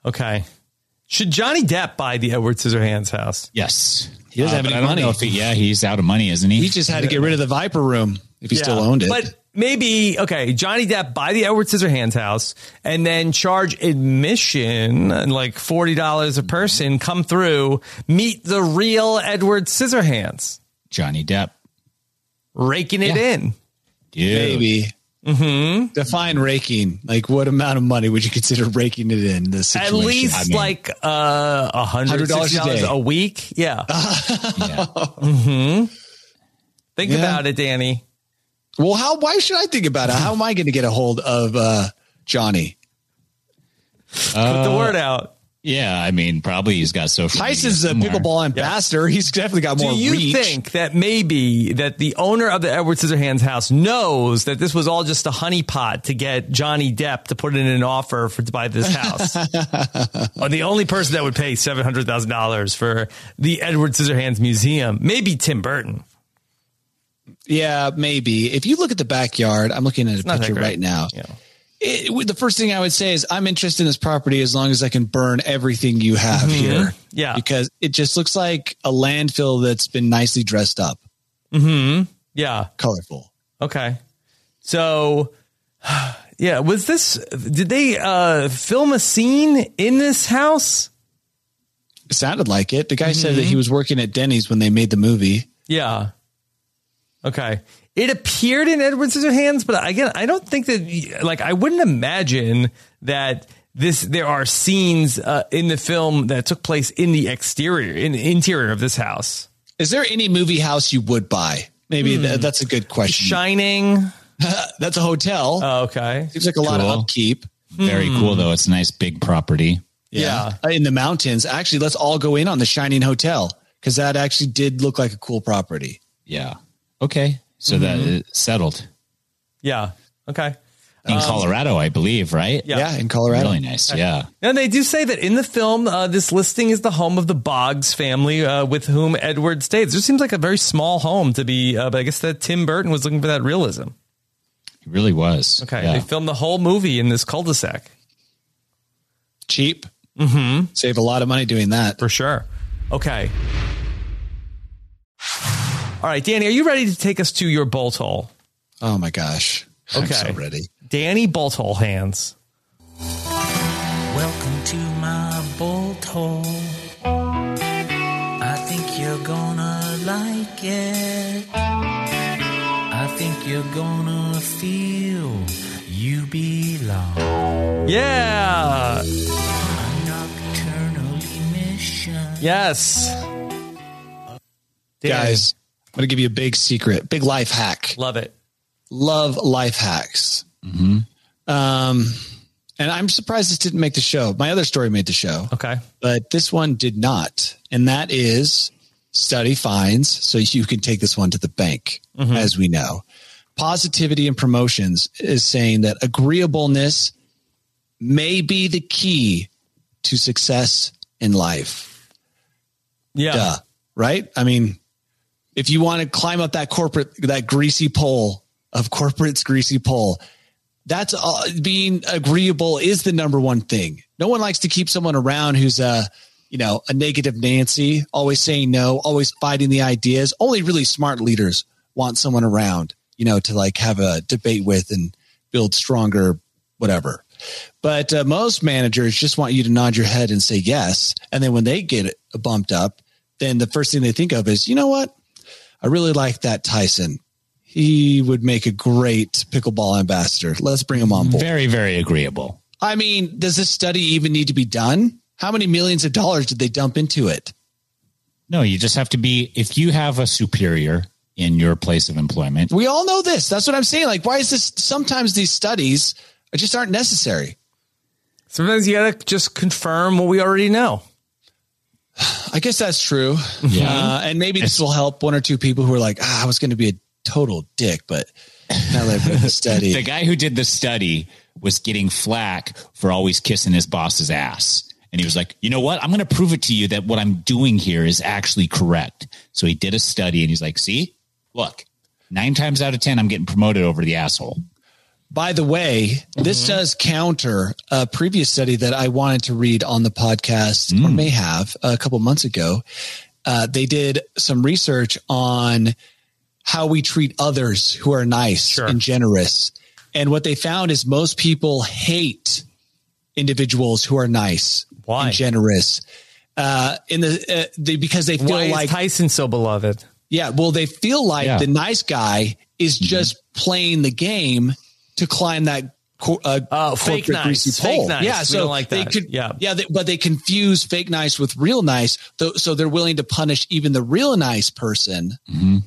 Okay. Should Johnny Depp buy the Edward Scissorhands house? Yes. He doesn't have Uh, but any I don't money. know if he- yeah, he's out of money, isn't he? He just had to get rid of the Viper room if he still owned it. But maybe okay, Johnny Depp buy the Edward Scissorhands house and then charge admission and like forty dollars a person. Come through, meet the real Edward Scissorhands, Johnny Depp. raking it in. Dude. Maybe. Define raking. Like, what amount of money would you consider raking it in this At situation? least I mean- like uh, a hundred $100 dollars a day. a week. Yeah, Yeah. think Yeah. about it, Danny. Well, how? Why should I think about it? How am I going to get a hold of uh, Johnny? Put Uh, the word out. yeah. I mean, probably he's got social. media Tyson's a somewhere. pickleball ambassador. He's definitely got Do more you reach. think that maybe that the owner of the Edward Scissorhands house knows that this was all just a honeypot to get Johnny Depp to put in an offer for to buy this house? or the only person that would pay seven hundred thousand dollars for the Edward Scissorhands museum? Maybe Tim Burton. Yeah, maybe. If you look at the backyard, I'm looking at a not that picture great. right now. Yeah. It, w- the first thing I would say is I'm interested in this property as long as I can burn everything you have here. Mm-hmm. Yeah. because it just looks like a landfill that's been nicely dressed up, Yeah. colorful. Okay. So, yeah, was this? Did they uh, film a scene in this house? It sounded like it. The guy said Mm-hmm. that he was working at Denny's when they made the movie. Yeah. Okay. It appeared in Edward Scissorhands, but again, I don't think that like I wouldn't imagine that this there are scenes uh, in the film that took place in the exterior, in the interior of this house. Is there any movie house you would buy? Maybe Hmm. tha- that's a good question. Shining. that's a hotel. Oh, okay. Seems like a lot of Cool. upkeep. Very cool though. It's a nice big property. Yeah. In the mountains. Actually, let's all go in on the Shining Hotel because that actually did look like a cool property. Yeah. Okay. So that is uh, settled Yeah. Okay. in Colorado, I believe, right? Yeah. Um, Yeah, in Colorado. Really nice. Yeah. And they do say that in the film, uh, this listing is the home of the Boggs family uh, with whom Edward stayed. It just seems like a very small home to be, uh, but I guess that Tim Burton was looking for that realism. It really was. Okay. Yeah. They filmed the whole movie in this cul de sac. Cheap. Mm-hmm. Save a lot of money doing that. For sure. Okay. All right, Danny, are you ready to take us to your bolt hole? Oh my gosh. I'm Okay. so ready. Danny bolt hole hands. Welcome to my bolt hole. I think you're gonna like it. I think you're gonna feel you belong. Yeah. Nocturnal emission. Yes. Danny, Guys, I'm going to give you a big secret, big life hack. Love it. Love life hacks. Mm-hmm. Um, and I'm surprised this didn't make the show. My other story made the show. Okay. but this one did not. And that is study finds. So you can take this one to the bank, as we know. Positivity and promotions is saying that agreeableness may be the key to success in life. Yeah. Duh. Right? I mean, if you want to climb up that corporate, that greasy pole of corporate's greasy pole, that's all, being agreeable is the number one thing. No one likes to keep someone around who's a, you know, a negative Nancy, always saying no, always fighting the ideas. Only really smart leaders want someone around, you know, to like have a debate with and build stronger whatever. But uh, most managers just want you to nod your head and say yes, and then when they get bumped up, then the first thing they think of is, you know what? I really like that Tyson. He would make a great pickleball ambassador. Let's bring him on board. Very, very agreeable. I mean, does this study even need to be done? How many millions of dollars did they dump into it? No, you just have to be, if you have a superior in your place of employment, We all know this. That's what I'm saying. Like, why is this? Sometimes these studies just aren't necessary. Sometimes you got to just confirm what we already know. I guess that's true. Uh, and maybe this will help one or two people who are like, ah, I was going to be a total dick, but now that I've read the study, the guy who did the study was getting flack for always kissing his boss's ass. And he was like, you know what? I'm going to prove it to you that what I'm doing here is actually correct. So he did a study and he's like, see, look, nine times out of 10, I'm getting promoted over the asshole. By the way, this Mm-hmm. does counter a previous study that I wanted to read on the podcast, Mm. or may have a couple months ago. Uh, they did some research on how we treat others who are nice Sure. and generous. And what they found is most people hate individuals who are nice Why? and generous. Uh, in the, uh, they, because they feel Why like is Tyson so beloved? yeah, well, they feel like Yeah. Mm-hmm. the nice guy is just playing the game to climb that cor- uh, Uh, fake corporate nice, greasy fake pole. nice. Yeah, We so don't like they that. could, Yeah. yeah, they, but they confuse fake nice with real nice, though, so they're willing to punish even the real nice person Mm-hmm.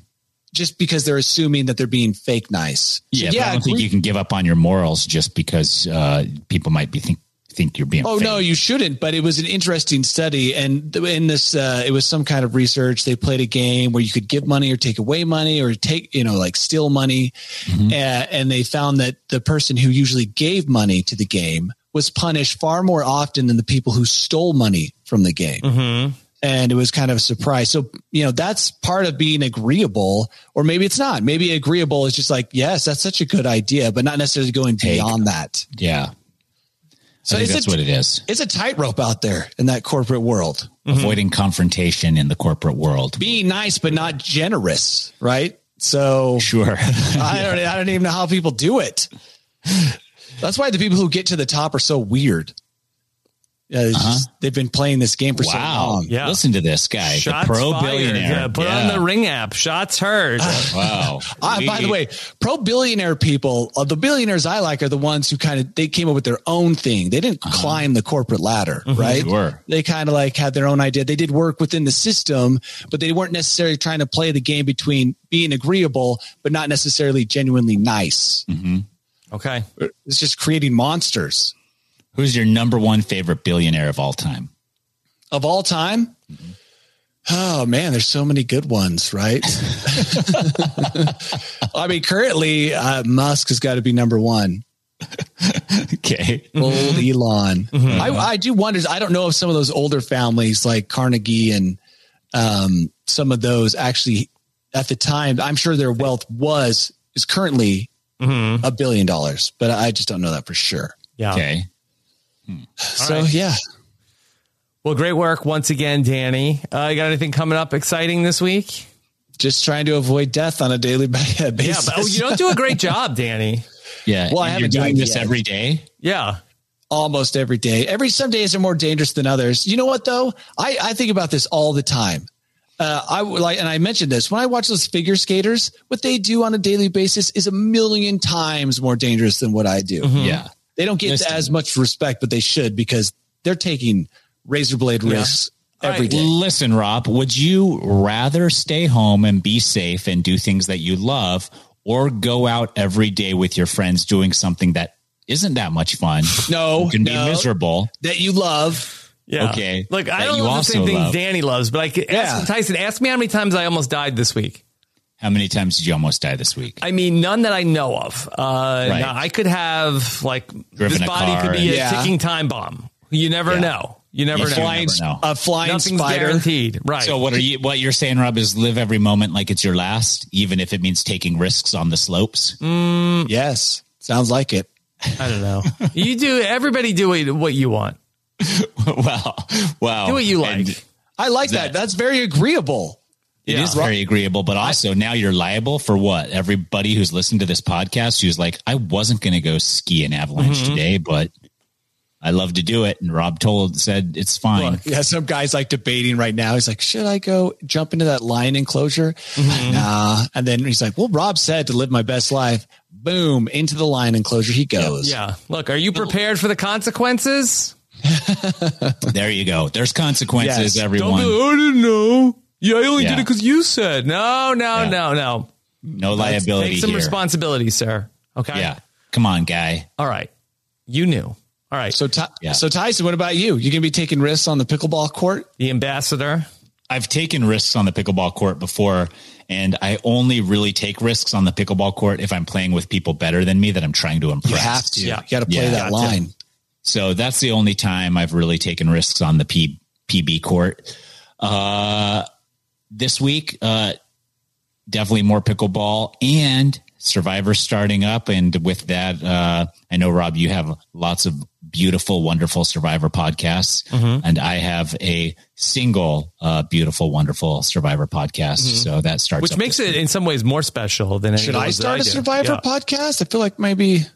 just because they're assuming that they're being fake nice. So, Yeah, but I don't think agree- you can give up on your morals just because uh, people might be think think you're being. Oh fake. no, you shouldn't. But it was an interesting study, and th- in this, uh, it was some kind of research. They played a game where you could give money or take away money or take, you know, like steal money, Mm-hmm. uh, and they found that the person who usually gave money to the game was punished far more often than the people who stole money from the game. Mm-hmm. And it was kind of a surprise. So, you know, that's part of being agreeable, or maybe it's not. Maybe agreeable is just like, yes, that's such a good idea, but not necessarily going beyond that. Yeah. So I think it's that's a- what it is. It's a tightrope out there in that corporate world. Avoiding confrontation in the corporate world. be nice but not generous, right? So Sure. I don't I don't even know how people do it. That's why the people who get to the top are so weird. Yeah, it's just- they've been playing this game for so wow. long. Yeah. Listen to this guy, Shots the pro fired. billionaire. Yeah, put Yeah. on the ring app. Shots heard. Wow. Ah, by the way, pro billionaire people, uh, the billionaires I like are the ones who kind of they came up with their own thing. They didn't climb the corporate ladder, right? Sure. They kind of like had their own idea. They did work within the system, but they weren't necessarily trying to play the game between being agreeable but not necessarily genuinely nice. Okay. It's just creating monsters who's your number one favorite billionaire of all time? of all time. Oh man, there's so many good ones, right? I mean, currently uh, Musk has got to be number one. Okay. old Mm-hmm. Elon. I, I do wonder. I don't know if some of those older families like Carnegie and um, some of those actually at the time. I'm sure their wealth was is currently Mm-hmm. a billion dollars, but I just don't know that for sure. Yeah. Okay. so yeah, Well, great work once again, Danny. Uh, you got anything coming up exciting this week? just trying to avoid death on a daily basis. Yeah, but oh, you don't do a great job, Danny. Yeah. Well, And I you're haven't done doing it this yet. every day. Yeah. almost every day. Every some days are more dangerous than others. You know what though? I, I think about this all the time. Uh, I would like, and I mentioned this when I watch those figure skaters. What they do on a daily basis is a million times more dangerous than what I do. Yeah. They don't get Listen. as much respect, but they should because they're taking razor blade risks every right. day. Listen, Rob, would you rather stay home and be safe and do things that you love or go out every day with your friends doing something that isn't that much fun? No, You can no. be miserable. That you love. Yeah. Okay. Like I That don't you love the same also things love. Danny loves, but I could ask, Tyson, ask me how many times I almost died this week. How many times did you almost die this week? I mean, none that I know of. Uh, now, I could have like Driven this a body car could be a and- Yeah. ticking time bomb. You never Yeah. know. You never You know. flying never know. A flying Nothing's spider. guaranteed. Right. So what are you what you're saying, Rob, is live every moment like it's your last, even if it means taking risks on the slopes? Yes, sounds like it. I don't know. you do. Everybody do what- what you want. wow. Wow. Do what you like. Oh, And I like that. That's very agreeable. It is Yeah. very agreeable, but also now you're liable for what? Everybody who's listened to this podcast who's like, I wasn't going to go ski an avalanche Mm-hmm. today, but I love to do it. And Rob told said it's fine. Yeah, some guy's like debating right now. He's like, should I go jump into that lion enclosure? Mm-hmm. Nah. And then he's like, well, Rob said to live my best life. Boom, into the lion enclosure he goes. Yeah. Look, are you prepared for the consequences? There you go. There's consequences, Yes. everyone. I didn't know. Yeah, I only Yeah. did it because you said. No, no, Yeah. no, no. no Take liability some here. responsibility, sir. Okay. yeah. Come on, guy. All right. You knew. All right. So So, Ty- Yeah. so Tyson, what about you? You gonna be taking risks on the pickleball court? the ambassador. I've taken risks on the pickleball court before, and I only really take risks on the pickleball court if I'm playing with people better than me that I'm trying to impress. You have to. Yeah. You got to play Yeah. that Got to. line. So that's the only time I've really taken risks on the P- PB court. Uh, this week, uh, definitely more pickleball and Survivor starting up. And with that, uh, I know, Rob, you have lots of beautiful, wonderful survivor podcasts. Mm-hmm. And I have a single, uh, beautiful, wonderful survivor podcast. So that starts, Mm-hmm. which up makes this it week. in some ways more special than any Should of I those that start a do. Survivor Yeah. podcast? I feel like maybe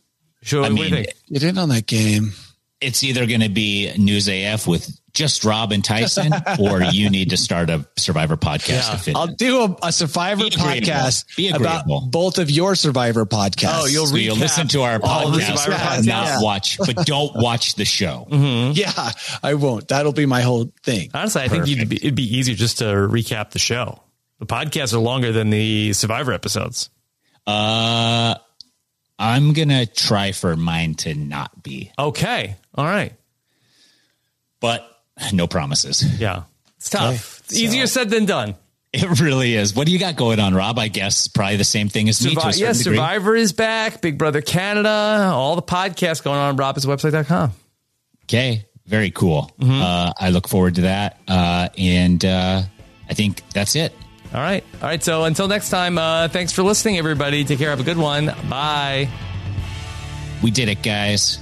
Sure, I what do you mean, think? get in on that game. it's either going to be news AF with just Rob and Tyson, or you need to start a survivor podcast. to fit I'll in. do a, a Survivor Be agreeable. Be podcast about agreeable. both of your Survivor podcasts. Oh, you'll So you'll recap listen to our all the podcast, Survivor but not podcasts. watch, but don't watch the show. Mm-hmm. yeah, I won't. That'll be my whole thing. Honestly, I think you'd be, it'd be easier just to recap the show. The podcasts are longer than the Survivor episodes. Uh, I'm gonna try for mine to not be, Okay, all right, but no promises. yeah, it's tough. It's easier said than done. It really is. What do you got going on, Rob? I guess probably the same thing as me. To a Survi- certain yes, degree. Survivor is back. Big Brother Canada. All the podcasts going on, on robiswebsite.com. Okay, very cool. Mm-hmm. Uh, I look forward to that, uh, and uh, I think that's it. All right, all right. So until next time, uh, thanks for listening, everybody. Take care. Have a good one. Bye. We did it, guys.